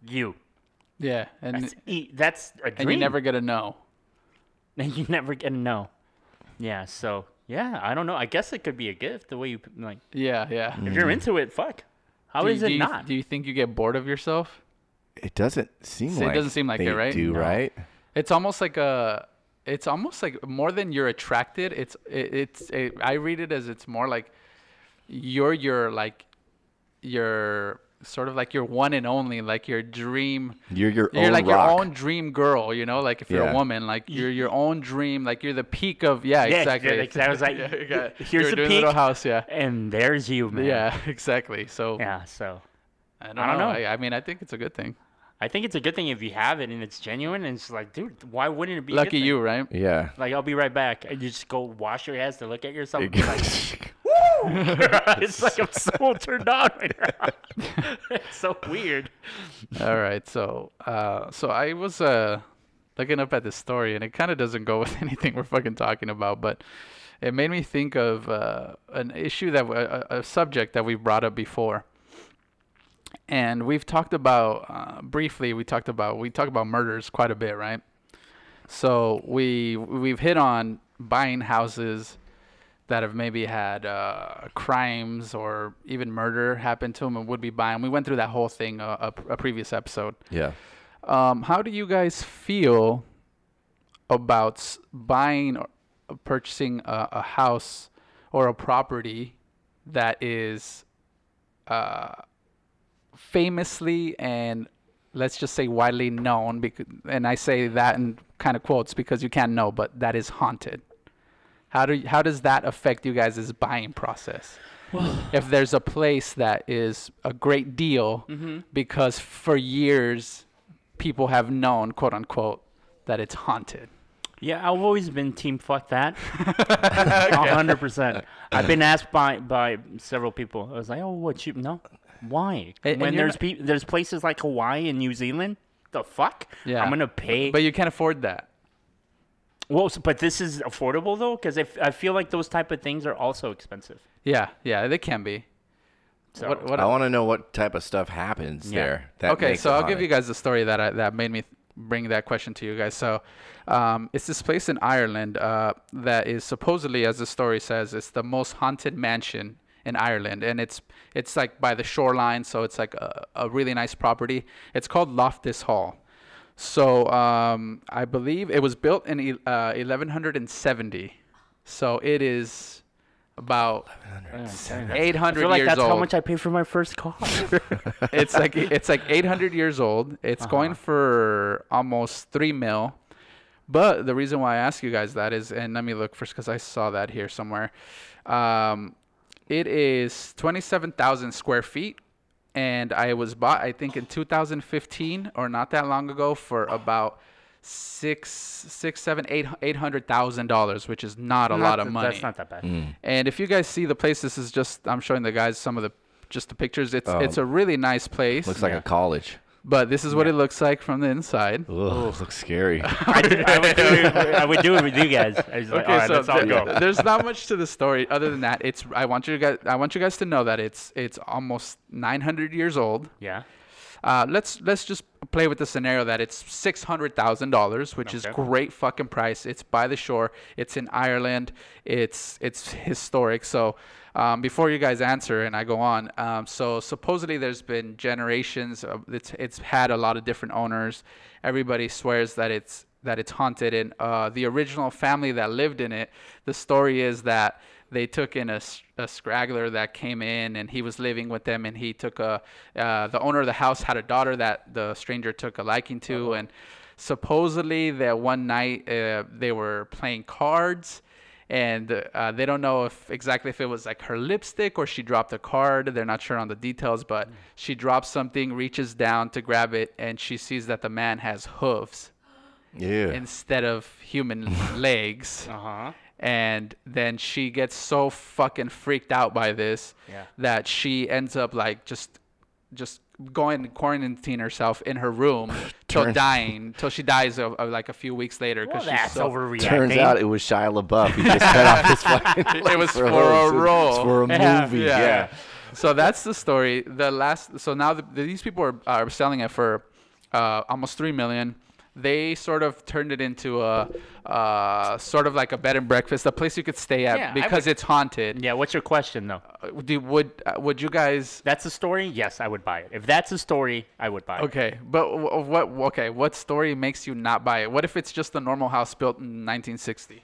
Speaker 2: You.
Speaker 3: Yeah, and
Speaker 2: That's, e- that's a dream.
Speaker 3: and you never get a no.
Speaker 2: And you never get a no. Yeah. So yeah, I don't know. I guess it could be a gift. The way you like,
Speaker 3: Yeah, yeah.
Speaker 1: Hmm.
Speaker 2: if you're into it, fuck. How
Speaker 3: Mm-hmm. do,
Speaker 2: is
Speaker 3: you- do
Speaker 2: it
Speaker 3: you,
Speaker 2: not?
Speaker 3: Do you think you get bored of yourself?
Speaker 1: It doesn't seem
Speaker 3: it
Speaker 1: like
Speaker 3: doesn't seem like
Speaker 1: they
Speaker 3: it, right?
Speaker 1: Do
Speaker 3: No.
Speaker 1: right?
Speaker 3: It's almost like a. It's almost like more than you're attracted. It's it, it's. It, I read it as it's more like you're your like your sort of like your one and only like your dream.
Speaker 1: You're your
Speaker 3: You're
Speaker 1: own
Speaker 3: like
Speaker 1: rock.
Speaker 3: your own dream girl, you know. Like if you're
Speaker 1: Yeah.
Speaker 3: a woman, like you're your own dream. Like you're the peak of yeah,
Speaker 2: Yeah,
Speaker 3: exactly.
Speaker 2: yeah, 'cause I was like,
Speaker 3: you got-
Speaker 2: here's
Speaker 3: you're
Speaker 2: the
Speaker 3: doing little
Speaker 2: peak.
Speaker 3: house, yeah,
Speaker 2: and there's you, man.
Speaker 3: yeah, exactly. So
Speaker 2: Yeah. So
Speaker 3: I don't,
Speaker 2: don't
Speaker 3: know.
Speaker 2: know.
Speaker 3: I, I mean, I think it's a good thing.
Speaker 2: I think it's a good thing if you have it and it's genuine. And it's like, dude, why wouldn't it be? a good
Speaker 3: Lucky
Speaker 2: thing?
Speaker 3: you, right?
Speaker 1: Yeah.
Speaker 2: Like, I'll be right back. And you just go wash your hands to look at yourself. and be like,
Speaker 1: yeah,
Speaker 2: it's like I'm so turned on right now. it's so weird.
Speaker 3: All right, so uh, so I was uh, looking up at this story, and it kind of doesn't go with anything we're fucking talking about, but it made me think of uh, an issue that w- a, a subject that we've brought up before, and we've talked about uh, briefly. We talked about we talk about murders quite a bit, right? So we we've hit on buying houses that have maybe had uh, crimes or even murder happen to them and would be buying. We went through that whole thing uh, a, a previous episode. Um, how do you guys feel about s- buying or uh, purchasing a, a house or a property that is uh, famously and let's just say widely known? Because, and I say that in kind of quotes because you can't know, but that is haunted. How do you- how does that affect you guys' buying process? if there's a place that is a great deal because for years people have known quote unquote that it's haunted
Speaker 2: Yeah, I've always been team fuck that. A hundred percent. I've been asked by by several people. I was like, oh, what you no? Why?
Speaker 3: A- and
Speaker 2: when
Speaker 3: you're
Speaker 2: there's
Speaker 3: not-
Speaker 2: peop there's places like Hawaii and New Zealand. The fuck?
Speaker 3: Yeah.
Speaker 2: I'm gonna pay.
Speaker 3: but you can't afford that
Speaker 2: well, s- but this is affordable though, because I, f- I feel like those type of things are also expensive.
Speaker 3: yeah yeah they can be
Speaker 2: So
Speaker 3: what, what
Speaker 1: I want to know what type of stuff happens
Speaker 2: Yeah.
Speaker 1: there. That
Speaker 3: okay,
Speaker 1: makes
Speaker 3: so
Speaker 1: it
Speaker 3: I'll give you
Speaker 1: haunted.
Speaker 3: guys a story that I, that made me th- bring that question to you guys. So, um, it's this place in Ireland uh, that is supposedly, as the story says, it's the most haunted mansion in Ireland, and it's it's like by the shoreline, so it's like a, a really nice property. It's called Loftus Hall. So um, I believe it was built in e- uh, 1170. So it is about
Speaker 2: I
Speaker 3: 800
Speaker 2: feel like
Speaker 3: years
Speaker 2: that's
Speaker 3: old
Speaker 2: how much I paid for my first car.
Speaker 3: it's like it's like 800 years old. It's
Speaker 2: Uh-huh.
Speaker 3: going for almost three mil. But the reason why I ask you guys that is, and let me look first because I saw that here somewhere. Um, it is 27,000 square feet, and I was bought I think in 2015 or not that long ago for about six, six, seven, eight, eight hundred thousand dollars, which is not a
Speaker 2: Not
Speaker 3: lot of
Speaker 2: that-
Speaker 3: money.
Speaker 2: That's not that bad.
Speaker 1: Mm.
Speaker 3: And if you guys see the place, this is just I'm showing the guys some of the just the pictures. It's
Speaker 2: Oh.
Speaker 3: it's a really nice place.
Speaker 1: Looks like
Speaker 2: Yeah.
Speaker 1: a college.
Speaker 3: but this is what it looks like from the inside.
Speaker 1: Ugh, looks scary.
Speaker 2: I, did- I would do it, I would do it with you guys. I was like, all right, let's all
Speaker 3: th-
Speaker 2: go.
Speaker 3: there's not much to the story other than that. It's I want you guys I want you guys to know that it's it's almost 900 years old.
Speaker 2: Yeah.
Speaker 3: Uh, let's let's just play with the scenario that it's six hundred thousand dollars, which is
Speaker 2: Okay.
Speaker 3: great fucking price. It's by the shore. It's in Ireland. It's it's historic. So um, before you guys answer and I go on, um, so supposedly there's been generations. Of, it's it's had a lot of different owners. Everybody swears that it's that it's haunted, and uh, the original family that lived in it. The story is that they took in a, s- a scraggler that came in and he was living with them and he took a uh, the owner of the house had a daughter that the stranger took a liking to and supposedly that one night uh, they were playing cards and uh, they don't know if exactly if it was like her lipstick or she dropped a card. They're not sure on the details, but she drops something, reaches down to grab it, and she sees that the man has hooves
Speaker 1: Yeah.
Speaker 3: instead of human legs.
Speaker 2: Uh-huh.
Speaker 3: And then she gets so fucking freaked out by this
Speaker 2: Yeah.
Speaker 3: that she ends up like just just going to quarantine herself in her room till
Speaker 1: Turn-
Speaker 3: dying till she dies of, of, like a few weeks later
Speaker 2: Well,
Speaker 3: because she's
Speaker 2: that's
Speaker 3: so
Speaker 2: overreacting.
Speaker 1: Turns out it was Shia LaBeouf. He just cut off his fucking.
Speaker 3: It
Speaker 1: leg
Speaker 3: was for
Speaker 1: hose.
Speaker 3: a role.
Speaker 1: It's for a
Speaker 2: Yeah.
Speaker 1: movie.
Speaker 3: Yeah.
Speaker 1: Yeah.
Speaker 3: So that's the story. The last. So now the, these people are, are selling it for uh, almost three million. They sort of turned it into a uh, sort of like a bed and breakfast, a place you could stay at
Speaker 2: Yeah, I
Speaker 3: because it's haunted.
Speaker 2: Yeah, what's your question though?
Speaker 3: Uh, Do, would uh, would you guys?
Speaker 2: That's a story? Yes, I would buy it. If that's a story, I would buy it.
Speaker 3: Okay, but wh- what? Okay, what story makes you not buy it? What if it's just a normal house built in 1960?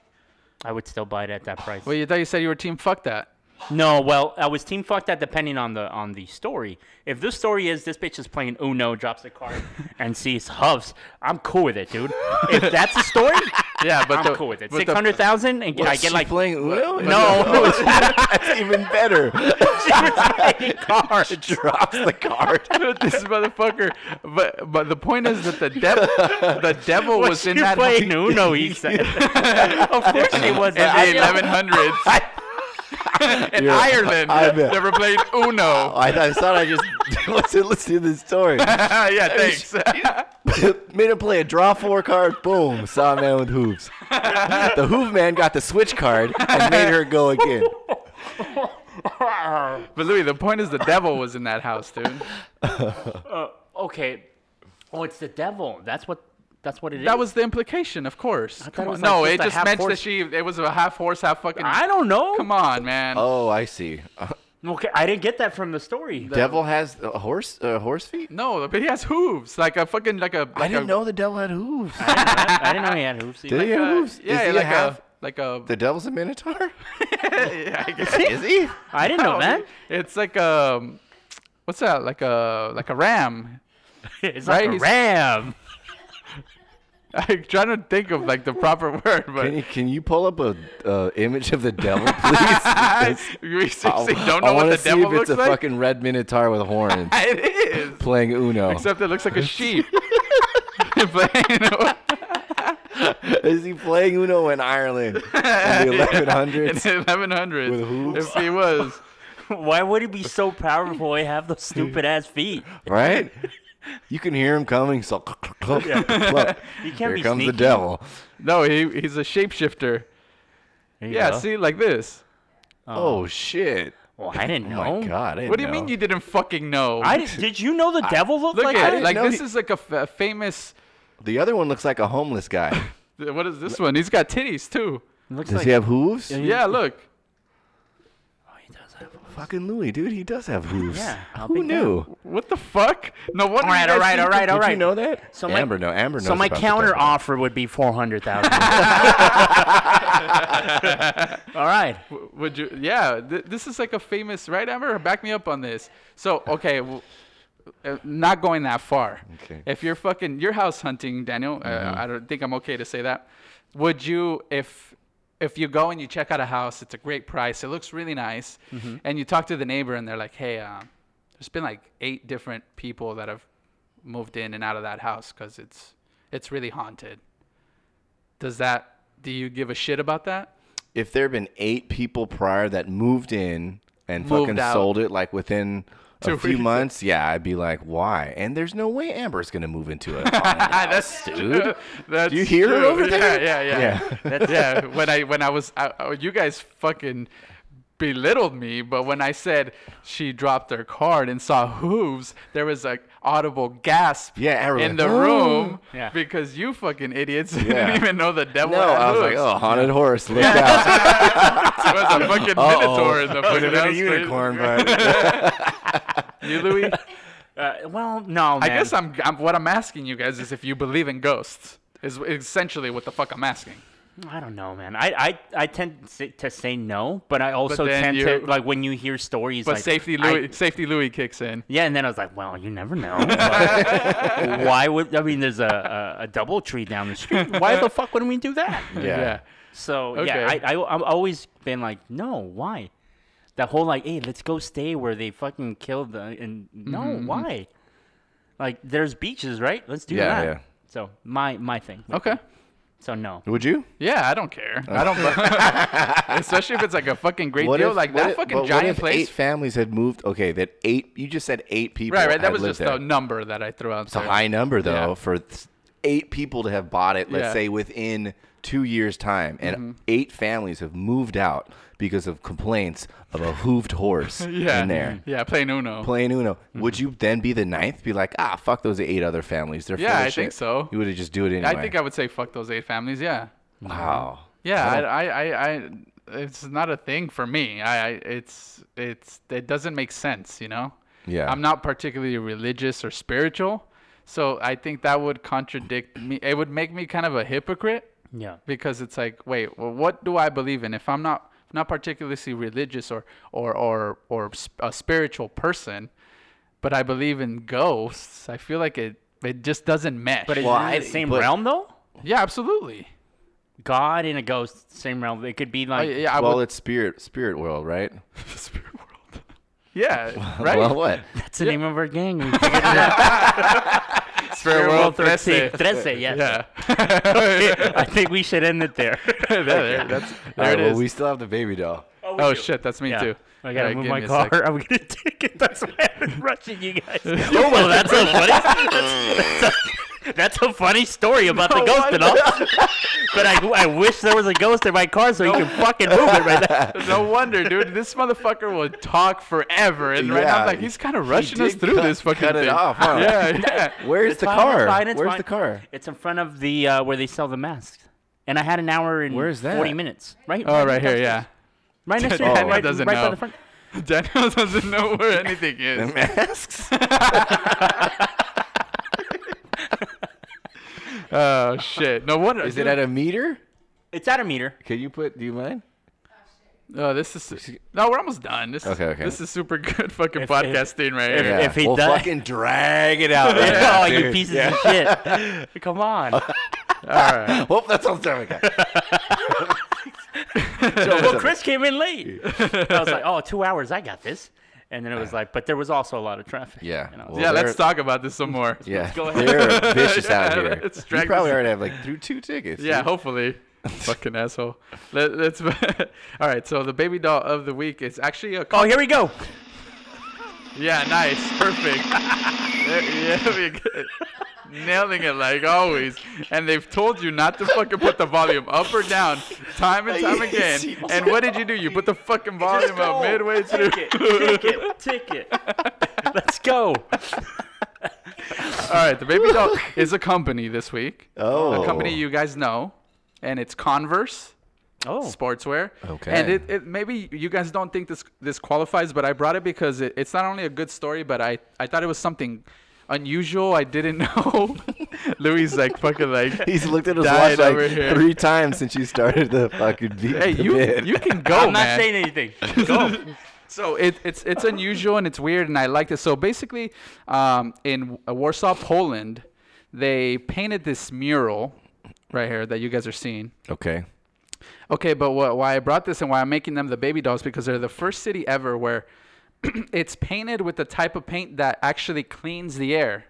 Speaker 2: I would still buy it at that price.
Speaker 3: Well, you thought you said you were team. Fuck that.
Speaker 2: No, well, I was team fucked at depending on the on the story. If this story is this bitch is playing Uno, drops a card, and sees huffs, I'm cool with it, dude. If that's a story,
Speaker 3: Yeah, but
Speaker 2: I'm
Speaker 3: the-
Speaker 2: cool with it.
Speaker 3: but the-
Speaker 2: Six hundred thousand, and I get
Speaker 1: She
Speaker 2: like
Speaker 1: playing Uno?
Speaker 2: no,
Speaker 1: That's even better.
Speaker 2: she was playing cards.
Speaker 1: Drops the card.
Speaker 3: this motherfucker. But but the point is that the devil the devil was,
Speaker 2: she
Speaker 3: in that
Speaker 2: playing Uno? He said. of course she was.
Speaker 3: in the 1100s in
Speaker 1: You're-
Speaker 3: Ireland.
Speaker 1: I bet.
Speaker 3: never played Uno.
Speaker 1: Oh, I, I thought I just listen, let's do this story.
Speaker 3: yeah, thanks.
Speaker 1: Made him play a draw four card. Boom, saw a man with hooves. The hoof man got the switch card and made her go again.
Speaker 3: but Louis, the point is the devil was in that house, dude.
Speaker 2: okay. Oh, it's the devil. That's what. That's what it is.
Speaker 3: That was the implication, of course.
Speaker 2: thought
Speaker 3: Come
Speaker 2: it
Speaker 3: on.
Speaker 2: was like
Speaker 3: no,
Speaker 2: just
Speaker 3: it
Speaker 2: a
Speaker 3: just
Speaker 2: half
Speaker 3: meant that
Speaker 2: horse-
Speaker 3: she it was a half horse, half fucking.
Speaker 2: I don't know.
Speaker 3: Come on, man.
Speaker 1: Oh, I see. Uh,
Speaker 2: Okay, I didn't get that from the story.
Speaker 1: devil has a horse. Uh, horse feet.
Speaker 3: No, but he has hooves, like a fucking like a. Like
Speaker 1: I didn't
Speaker 3: a,
Speaker 1: know the devil had hooves.
Speaker 2: I, I didn't know he had hooves.
Speaker 1: Did he have
Speaker 3: Uh,
Speaker 1: hooves?
Speaker 3: yeah,
Speaker 1: Is he
Speaker 3: like
Speaker 1: a half?
Speaker 3: a like a.
Speaker 1: The devil's a minotaur.
Speaker 3: yeah, I guess.
Speaker 1: Is he?
Speaker 2: I didn't know that.
Speaker 3: It's like um, what's that? Like a like a ram.
Speaker 2: It's
Speaker 3: Right,
Speaker 2: like a
Speaker 3: he's-
Speaker 2: ram.
Speaker 3: I'm trying to think of like the proper word, but
Speaker 1: Can you, can you pull up a uh, image of the devil, please?
Speaker 3: you seriously
Speaker 1: Because
Speaker 3: don't
Speaker 1: I
Speaker 3: know what
Speaker 1: wanna
Speaker 3: the
Speaker 1: see
Speaker 3: devil
Speaker 1: if it's
Speaker 3: looks
Speaker 1: a
Speaker 3: like.
Speaker 1: fucking red minotaur with horns
Speaker 3: It is.
Speaker 1: playing Uno.
Speaker 3: Except it looks like a sheep. but, you know,
Speaker 1: Is he playing Uno in Ireland in the 1100s?
Speaker 3: in the 1100s,
Speaker 1: With hooves?
Speaker 3: if he was,
Speaker 2: Why would he be so powerful? He have those stupid ass feet.
Speaker 1: right? You can hear him coming. So
Speaker 2: You can't
Speaker 1: here
Speaker 2: be
Speaker 1: comes the
Speaker 2: sneaky.
Speaker 1: devil.
Speaker 3: no, he he's a shapeshifter.
Speaker 2: There you
Speaker 3: Yeah,
Speaker 2: go.
Speaker 3: see, like this.
Speaker 1: Oh shit!
Speaker 2: Well, I didn't
Speaker 1: Oh
Speaker 2: know.
Speaker 1: my god! I didn't
Speaker 3: What do you
Speaker 1: know.
Speaker 3: mean you didn't fucking know?
Speaker 2: I did, did you know the devil looked
Speaker 3: Look
Speaker 2: like
Speaker 3: at
Speaker 2: that?
Speaker 3: it. Like
Speaker 1: know
Speaker 3: this
Speaker 1: he-
Speaker 3: is like a, f- a famous.
Speaker 1: The other one looks like a homeless guy.
Speaker 3: What is this one? He's got titties too.
Speaker 2: looks
Speaker 1: Does
Speaker 2: like
Speaker 1: he have hooves?
Speaker 3: Yeah, look.
Speaker 2: Oh, he does have hooves.
Speaker 1: Fucking Louis, dude, he does have hooves.
Speaker 2: Yeah, I'll
Speaker 1: Who
Speaker 2: be damn.
Speaker 1: knew?
Speaker 3: What the fuck? No wonder.
Speaker 2: All right, all right, all right, all
Speaker 1: Did
Speaker 2: right.
Speaker 1: you know that?
Speaker 2: So my-
Speaker 1: Amber know. Amber knows.
Speaker 2: so my
Speaker 1: about the
Speaker 2: counter
Speaker 1: devil.
Speaker 2: offer would be four hundred thousand. all right.
Speaker 3: W- Would you? Yeah, th- this is like a famous, right, Amber? Back me up on this. So, okay, w- uh, not going that far.
Speaker 1: Okay.
Speaker 3: If you're fucking, you're house hunting, Daniel. Uh, I don't think I'm okay to say that. Would you, if if you go and you check out a house, it's a great price, it looks really nice, and you talk to the neighbor and they're like, hey, um, there's been like eight different people that have moved in and out of that house because it's it's really haunted. Does that? Do you give a shit about that?
Speaker 1: If there have been eight people prior that moved in and
Speaker 3: Moved
Speaker 1: fucking
Speaker 3: out.
Speaker 1: sold it like within
Speaker 3: Two
Speaker 1: a few
Speaker 3: weeks.
Speaker 1: months, yeah, I'd be like, why? And there's no way Amber's gonna move into it. That's dude.
Speaker 3: That's
Speaker 1: Do you hear her
Speaker 3: true.
Speaker 1: over there?
Speaker 3: Yeah, yeah, yeah.
Speaker 1: Yeah.
Speaker 3: That's, yeah. When I when I was I, I- you guys fucking belittled me, but when I said she dropped her card and saw hooves, there was like audible gasp
Speaker 1: Yeah, Amber was
Speaker 3: in the
Speaker 1: like, "Oh."
Speaker 3: room
Speaker 2: Yeah.
Speaker 3: because you fucking idiots
Speaker 1: Yeah.
Speaker 3: didn't even know the devil.
Speaker 1: No,
Speaker 3: had
Speaker 1: I was like,
Speaker 3: hooves.
Speaker 1: oh, haunted horse, look out.
Speaker 3: There was a fucking
Speaker 1: Uh-oh.
Speaker 3: minotaur in the
Speaker 1: Could
Speaker 3: fucking
Speaker 1: have been a
Speaker 3: house.
Speaker 1: unicorn, but
Speaker 3: You Louis?
Speaker 2: Uh, well, no, man.
Speaker 3: I guess I'm, I'm. What I'm asking you guys is if you believe in ghosts. Is essentially what the fuck I'm asking.
Speaker 2: I don't know, man. I I, I tend to- to say no, but I also
Speaker 3: then
Speaker 2: tend to
Speaker 3: you're-
Speaker 2: like when you hear stories.
Speaker 3: But
Speaker 2: like,
Speaker 3: safety
Speaker 2: I-
Speaker 3: Louis, safety Louis kicks in.
Speaker 2: yeah, and then I was like, well, you never know. Like, why would I mean? There's a, a a double tree down the street. Why the fuck wouldn't we do that?
Speaker 1: Yeah.
Speaker 2: So yeah,
Speaker 3: Okay.
Speaker 2: I, I I've always been like, no, why? That whole like, hey, let's go stay where they fucking killed the and no,
Speaker 3: Mm-hmm.
Speaker 2: why? Like, there's beaches, right? Let's do
Speaker 1: Yeah,
Speaker 2: that.
Speaker 1: yeah.
Speaker 2: So my my thing.
Speaker 3: yeah. Okay.
Speaker 2: So no.
Speaker 1: Would you?
Speaker 3: Yeah, I don't care. I don't. especially if it's like a fucking great deal, like
Speaker 1: Uh, what
Speaker 3: that
Speaker 1: if- but
Speaker 3: fucking
Speaker 1: what
Speaker 3: giant
Speaker 1: if
Speaker 3: place.
Speaker 1: Eight families had moved. Okay, that eight. You just said eight people.
Speaker 3: right, right. That
Speaker 1: had
Speaker 3: was
Speaker 1: lived
Speaker 3: just
Speaker 1: there.
Speaker 3: a number that I threw out.
Speaker 1: It's a
Speaker 3: there.
Speaker 1: high number though
Speaker 3: Yeah.
Speaker 1: for th- eight people to have bought it. Let's
Speaker 3: Yeah. Mm-hmm.
Speaker 1: say within two years' time, and eight families have moved out because of complaints of a hooved horse
Speaker 3: Yeah. Mm-hmm.
Speaker 1: in there.
Speaker 3: Yeah, playing Uno.
Speaker 1: Playing Uno, would you then be the ninth? Be like, ah, fuck those eight other families. They're
Speaker 3: Yeah,
Speaker 1: full of
Speaker 3: I think
Speaker 1: shit."
Speaker 3: so.
Speaker 1: You would have just do it anyway.
Speaker 3: I think I would say fuck those eight families. Yeah.
Speaker 1: wow.
Speaker 3: Yeah, I, I, I, I, it's not a thing for me. I, I, it's, it's, it doesn't make sense, you know.
Speaker 1: Yeah.
Speaker 3: I'm not particularly religious or spiritual, so I think that would contradict me. It would make me kind of a hypocrite
Speaker 2: Yeah.
Speaker 3: because it's like, wait, well, what do I believe in? If I'm not not particularly religious or or or or s- a spiritual person, but I believe in ghosts, I feel like it it just doesn't mesh.
Speaker 2: But is
Speaker 1: Well,
Speaker 2: it
Speaker 1: I-
Speaker 2: in the same
Speaker 1: but-
Speaker 2: realm though?
Speaker 3: yeah, absolutely.
Speaker 2: God and a ghost, same realm. It could be
Speaker 3: I,
Speaker 2: like
Speaker 3: yeah, I
Speaker 1: well,
Speaker 3: would,
Speaker 1: it's spirit, spirit world, right?
Speaker 3: spirit world. Yeah, right.
Speaker 1: Well, what?
Speaker 2: that's the name of our gang. We figured it out.
Speaker 3: spirit world. That's it.
Speaker 2: 13, yes.
Speaker 3: Yeah.
Speaker 2: I think we should end it there.
Speaker 3: there, there, that's, there
Speaker 1: All right,
Speaker 3: it is.
Speaker 1: well, we still have the baby doll.
Speaker 3: oh shit, that's me
Speaker 2: Yeah.
Speaker 3: too.
Speaker 2: I gotta
Speaker 3: Alright,
Speaker 2: move
Speaker 3: give
Speaker 2: my
Speaker 3: me a sec.
Speaker 2: car. I'm gonna take it. That's why I've been rushing you guys. oh well, that's a funny. That's, that's a, that's a funny story about the ghost and all. but I, I wish there was a ghost in my car so you can fucking move it right now.
Speaker 3: No wonder, dude. This motherfucker will talk forever, and right now
Speaker 1: Yeah.
Speaker 3: I'm like, he's kind of rushing
Speaker 1: He
Speaker 3: us
Speaker 1: did
Speaker 3: through
Speaker 1: cut-
Speaker 3: this fucking
Speaker 1: cut it
Speaker 3: thing.
Speaker 1: off, huh?
Speaker 3: Yeah, yeah.
Speaker 1: Where's the
Speaker 2: fine,
Speaker 1: car?
Speaker 2: it's fine, it's
Speaker 1: Where's
Speaker 2: fine.
Speaker 1: the car?
Speaker 2: It's in front of the uh, where they sell the masks. And I had an hour and
Speaker 1: Where is that?
Speaker 2: 40 minutes. Right?
Speaker 3: Oh, right
Speaker 2: next-
Speaker 3: here, yeah.
Speaker 2: Right next to
Speaker 1: Oh.
Speaker 2: it.
Speaker 1: Daniel
Speaker 2: Right,
Speaker 3: doesn't
Speaker 2: right by
Speaker 3: know.
Speaker 2: the front.
Speaker 3: Daniel doesn't know where anything is.
Speaker 1: masks.
Speaker 3: Oh shit! No wonder.
Speaker 1: Is it at a meter?
Speaker 2: It's at a meter.
Speaker 1: Can you put? Do you mind?
Speaker 3: Oh, this is. No, we're almost done. This
Speaker 1: Okay,
Speaker 3: is,
Speaker 1: okay.
Speaker 3: This is super good fucking
Speaker 2: If- if-
Speaker 3: podcasting right here.
Speaker 2: If he
Speaker 1: we'll
Speaker 2: does-
Speaker 1: fucking drag it out. right now,
Speaker 2: oh, you
Speaker 1: dude.
Speaker 2: pieces
Speaker 1: Yeah.
Speaker 2: of shit. Come on.
Speaker 1: Hope that's all time we got.
Speaker 2: well, Chris came in late. I was like, oh, two hours. I got this. And then it was like, but there was also a lot of traffic.
Speaker 1: Yeah.
Speaker 2: And I was
Speaker 1: Well,
Speaker 3: yeah,
Speaker 1: they're-
Speaker 3: let's talk about this some more.
Speaker 1: Yeah,
Speaker 2: go ahead.
Speaker 1: they're vicious out
Speaker 3: Yeah,
Speaker 1: here.
Speaker 3: let's
Speaker 1: You
Speaker 3: drag
Speaker 1: probably
Speaker 3: this-
Speaker 1: already have like through two tickets.
Speaker 3: Yeah,
Speaker 1: dude.
Speaker 3: hopefully. Fucking asshole. Let, let's. All right. So the baby doll of the week is actually a.
Speaker 2: like, oh, here we go.
Speaker 3: Yeah, nice. Perfect. There- yeah, we good. Nailing it like always. And they've told you not to fucking put the volume up or down time and time again. And what did you do? You put the fucking volume up midway through.
Speaker 2: Ticket, ticket, ticket. Let's go.
Speaker 3: All right, the baby doll is a company this week.
Speaker 1: Oh.
Speaker 3: A company you guys know. And it's Converse.
Speaker 2: Oh,
Speaker 3: sportswear.
Speaker 1: Okay.
Speaker 3: And it, it maybe you guys don't think this this qualifies, but I brought it because it, it's not only a good story, but I I thought it was something unusual. I didn't know. Louis is like fucking like.
Speaker 1: He's looked at his watch
Speaker 3: Died
Speaker 1: like
Speaker 3: over here.
Speaker 1: three times since you started the fucking beat.
Speaker 3: Hey,
Speaker 1: the
Speaker 3: you
Speaker 1: bid.
Speaker 3: you can go,
Speaker 1: Oh,
Speaker 2: I'm not
Speaker 3: man.
Speaker 2: saying anything.
Speaker 3: So it, it's it's unusual and it's weird and I liked it. So basically, um, in Warsaw, Poland, they painted this mural right here that you guys are seeing.
Speaker 1: okay.
Speaker 3: Okay, but what, why I brought this and why I'm making them the baby dolls because they're the first city ever where it's painted with the type of paint that actually cleans the air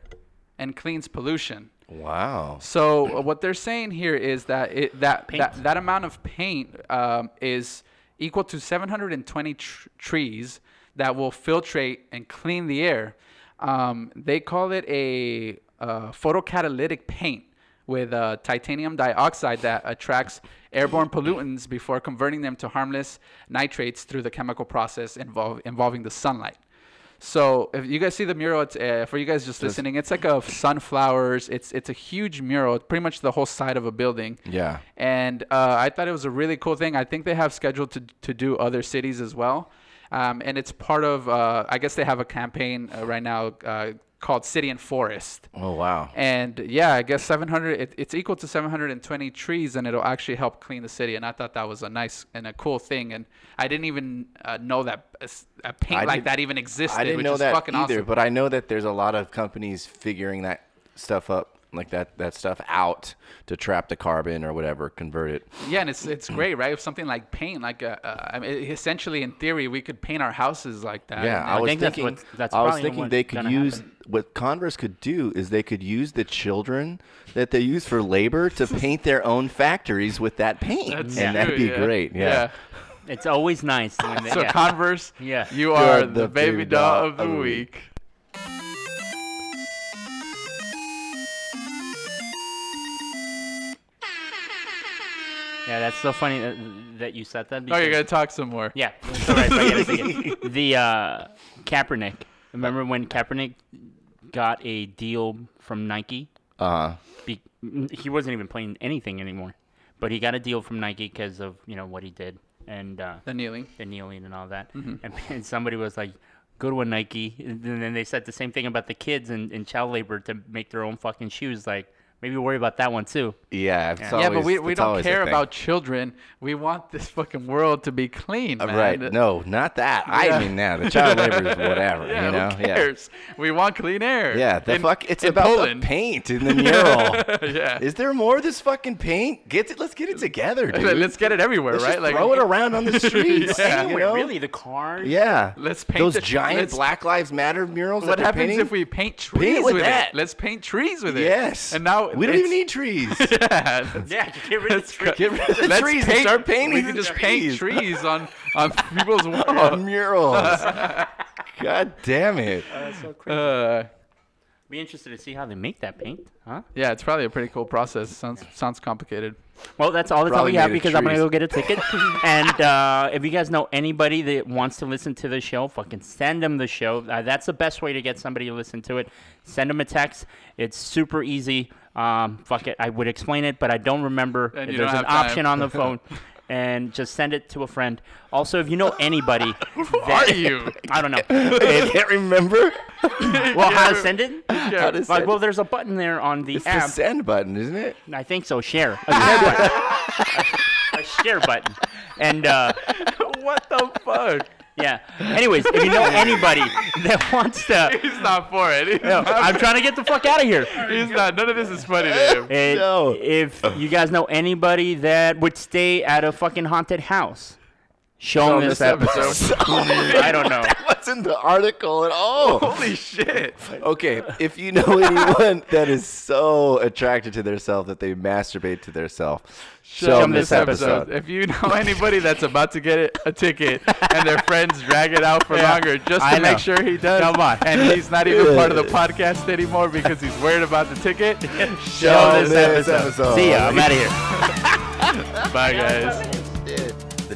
Speaker 3: and cleans pollution.
Speaker 1: Wow.
Speaker 3: So uh, what they're saying here is that it, that, that
Speaker 2: Paint.
Speaker 3: that amount of paint um, is equal to 720 tr- trees that will filtrate and clean the air. Um, they call it a uh, photocatalytic paint with uh, titanium dioxide that attracts airborne pollutants before converting them to harmless nitrates through the chemical process involve, involving the sunlight. So if you guys see the mural, it's uh, for you guys just listening. It's like a sunflowers. It's it's a huge mural, pretty much the whole side of a building.
Speaker 1: Yeah.
Speaker 3: And uh, I thought it was a really cool thing. I think they have scheduled to to do other cities as well. Um, and it's part of, uh, I guess they have a campaign uh, right now uh, called City and Forest.
Speaker 1: Oh wow.
Speaker 3: And yeah, I guess 700 it, it's equal to 720 trees, and it'll actually help clean the city. And I thought that was a nice and a cool thing. And I didn't even uh, know that a, s- a paint
Speaker 1: I
Speaker 3: like
Speaker 1: didn't-
Speaker 3: that even existed.
Speaker 1: I didn't
Speaker 3: which
Speaker 1: know
Speaker 3: is
Speaker 1: that
Speaker 3: fucking
Speaker 1: either,
Speaker 3: awesome.
Speaker 1: but I know that there's a lot of companies figuring that stuff up, like that that stuff out to trap the carbon or whatever, convert it.
Speaker 3: Yeah, and it's it's great, right? If something like paint, like uh, uh, I mean, essentially in theory, we could paint our houses like that.
Speaker 1: Yeah,
Speaker 3: And
Speaker 1: I, was
Speaker 2: think that's
Speaker 1: thinking.
Speaker 2: what's- that's
Speaker 1: I was
Speaker 2: probably
Speaker 1: thinking
Speaker 2: what's
Speaker 1: they could
Speaker 2: gonna
Speaker 1: use what Converse could do is they could use the children that they use for labor to paint their own factories with that paint,
Speaker 3: that's
Speaker 1: and that'd be
Speaker 3: true, yeah.
Speaker 1: great. Yeah.
Speaker 2: It's always nice when they,
Speaker 3: So
Speaker 2: yeah.
Speaker 3: Converse,
Speaker 2: Yeah.
Speaker 3: you are the, baby doll of the week.
Speaker 2: yeah, that's so funny that, that you said that.
Speaker 3: Oh, you're
Speaker 2: because-
Speaker 3: gonna talk some more.
Speaker 2: Yeah. that's all right, but yeah, that's okay. the uh, Kaepernick. Remember when Kaepernick got a deal from Nike?
Speaker 1: Uh,
Speaker 2: Be- he wasn't even playing anything anymore, but he got a deal from Nike because of you know what he did and uh,
Speaker 3: The kneeling.
Speaker 2: the kneeling and all that. And, and somebody was like, "Go to a Nike," and then they said the same thing about the kids and, and child labor to make their own fucking shoes. Like maybe worry about that one too.
Speaker 1: yeah. It's
Speaker 2: Yeah,
Speaker 1: Always,
Speaker 3: yeah, but we, we
Speaker 1: it's
Speaker 3: don't
Speaker 1: always a
Speaker 3: care
Speaker 1: thing.
Speaker 3: about children. We want this fucking world to be clean,
Speaker 1: Uh,
Speaker 3: man.
Speaker 1: Right. No, not that. I
Speaker 3: Yeah.
Speaker 1: mean, now the child labor is whatever.
Speaker 3: Yeah,
Speaker 1: you know?
Speaker 3: who
Speaker 1: Yeah.
Speaker 3: cares? We want clean air.
Speaker 1: Yeah, the
Speaker 3: In-
Speaker 1: fuck. It's
Speaker 3: in
Speaker 1: about
Speaker 3: Poland.
Speaker 1: the paint in the mural.
Speaker 3: yeah.
Speaker 1: Is there more of this fucking paint? Get it. Let's get it together, dude.
Speaker 3: Let's get it everywhere,
Speaker 1: Let's
Speaker 3: right?
Speaker 1: just throw it around on the streets.
Speaker 3: Yeah.
Speaker 1: you know?
Speaker 2: really, the cars?
Speaker 1: Yeah.
Speaker 3: Let's paint
Speaker 1: those
Speaker 3: the-
Speaker 1: giant
Speaker 3: let's-
Speaker 1: Black Lives Matter murals. that
Speaker 3: What
Speaker 1: they're
Speaker 3: happens
Speaker 1: painting?
Speaker 3: if we paint trees
Speaker 1: it with
Speaker 3: with,
Speaker 1: that.
Speaker 3: it? Let's paint trees with it.
Speaker 1: Yes.
Speaker 3: And now
Speaker 1: we don't even
Speaker 3: it's-
Speaker 1: need trees.
Speaker 3: Yeah. let's-
Speaker 2: Yeah, get rid of
Speaker 3: let's
Speaker 2: the
Speaker 3: cut-
Speaker 1: Get rid of the
Speaker 3: let's
Speaker 1: trees and
Speaker 3: paint-
Speaker 1: start painting
Speaker 3: We can
Speaker 1: the
Speaker 3: just paint
Speaker 1: trees.
Speaker 3: trees on on people's
Speaker 1: Oh,
Speaker 3: walls.
Speaker 1: murals. God damn it.
Speaker 3: Uh,
Speaker 2: Be interested to see how they make that paint, huh?
Speaker 3: yeah, it's probably a pretty cool process. Sounds sounds complicated.
Speaker 2: Well, that's all the time
Speaker 1: Probably
Speaker 2: we have
Speaker 1: made of
Speaker 2: because I'm gonna
Speaker 1: trees.
Speaker 2: go get a ticket. and uh, if you guys know anybody that wants to listen to the show, fucking send them the show. Uh, that's the best way to get somebody to listen to it. Send them a text. It's super easy. Um, fuck it, I would explain it, but I don't remember.
Speaker 3: And
Speaker 2: if
Speaker 3: you don't
Speaker 2: There's an
Speaker 3: have time.
Speaker 2: option on the phone, and just send it to a friend. Also, if you know anybody,
Speaker 3: Who are you?
Speaker 2: I don't know.
Speaker 1: I can't remember.
Speaker 2: Well, how to send it?
Speaker 1: How to
Speaker 2: Like,
Speaker 1: send
Speaker 2: well,
Speaker 1: it?
Speaker 2: there's a button there on the
Speaker 1: It's the
Speaker 2: app.
Speaker 1: send button, isn't it?
Speaker 2: I think so. Share. A share button. a, a share button. And uh,
Speaker 3: what the fuck?
Speaker 2: yeah. Anyways, if you know anybody that wants to,
Speaker 3: He's not for it. He's,
Speaker 2: No,
Speaker 3: not,
Speaker 2: I'm trying to get the fuck out of here.
Speaker 3: he's not. None of this is funny to him.
Speaker 2: And
Speaker 1: No.
Speaker 2: If you guys know anybody that would stay at a fucking haunted house, show them this episode. I don't know.
Speaker 1: That wasn't the article at all.
Speaker 3: Holy shit!
Speaker 1: Okay, if you know anyone that is so attracted to their self that they masturbate to their self, show, them this episode.
Speaker 3: If you know anybody that's about to get a ticket and their friends drag it out for
Speaker 2: Yeah.
Speaker 3: longer just to
Speaker 2: I know.
Speaker 3: make sure he does,
Speaker 2: Come on.
Speaker 3: and he's not even part of the podcast anymore because he's worried about the ticket,
Speaker 1: Show
Speaker 3: show this
Speaker 1: this
Speaker 3: episode.
Speaker 1: episode.
Speaker 2: See ya. I'm out of here.
Speaker 3: Bye, guys.
Speaker 4: The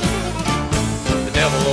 Speaker 4: The devil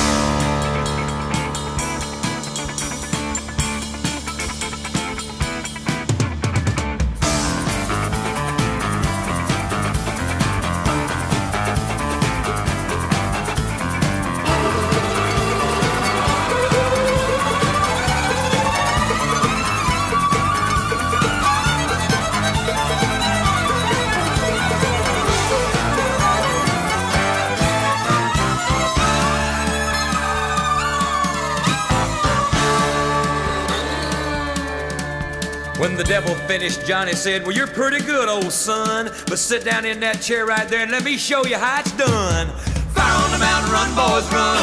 Speaker 4: the devil finished, Johnny said, Well, you're pretty good, old son. But sit down in that chair right there and let me show you how it's done. Fire on the mountain, run, boys, run.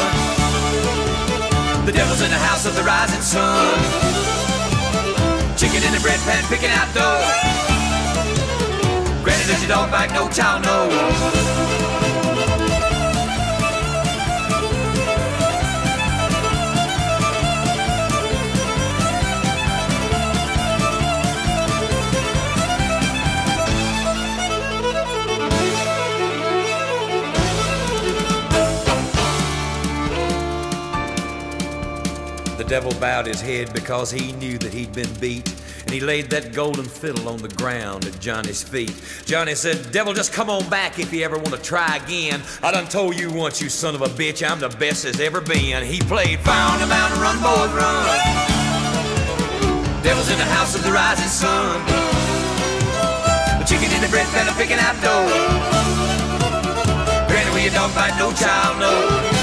Speaker 4: The devil's in the house of the rising sun. Chicken in the bread pan, picking out dough. Granny does your dog bite, no child knows. The devil bowed his head because he knew that he'd been beat, and he laid that golden fiddle on the ground at Johnny's feet. Johnny said, Devil, just come on back if you ever want to try again. I done told you once, you son of a bitch, I'm the best there's ever been. He played Fire on the Mountain, Run, Boys, Run. Devil's in the house of the rising sun. The chicken in the bread pan, I'm picking out dough. Granny, we a dog bite, no child knows.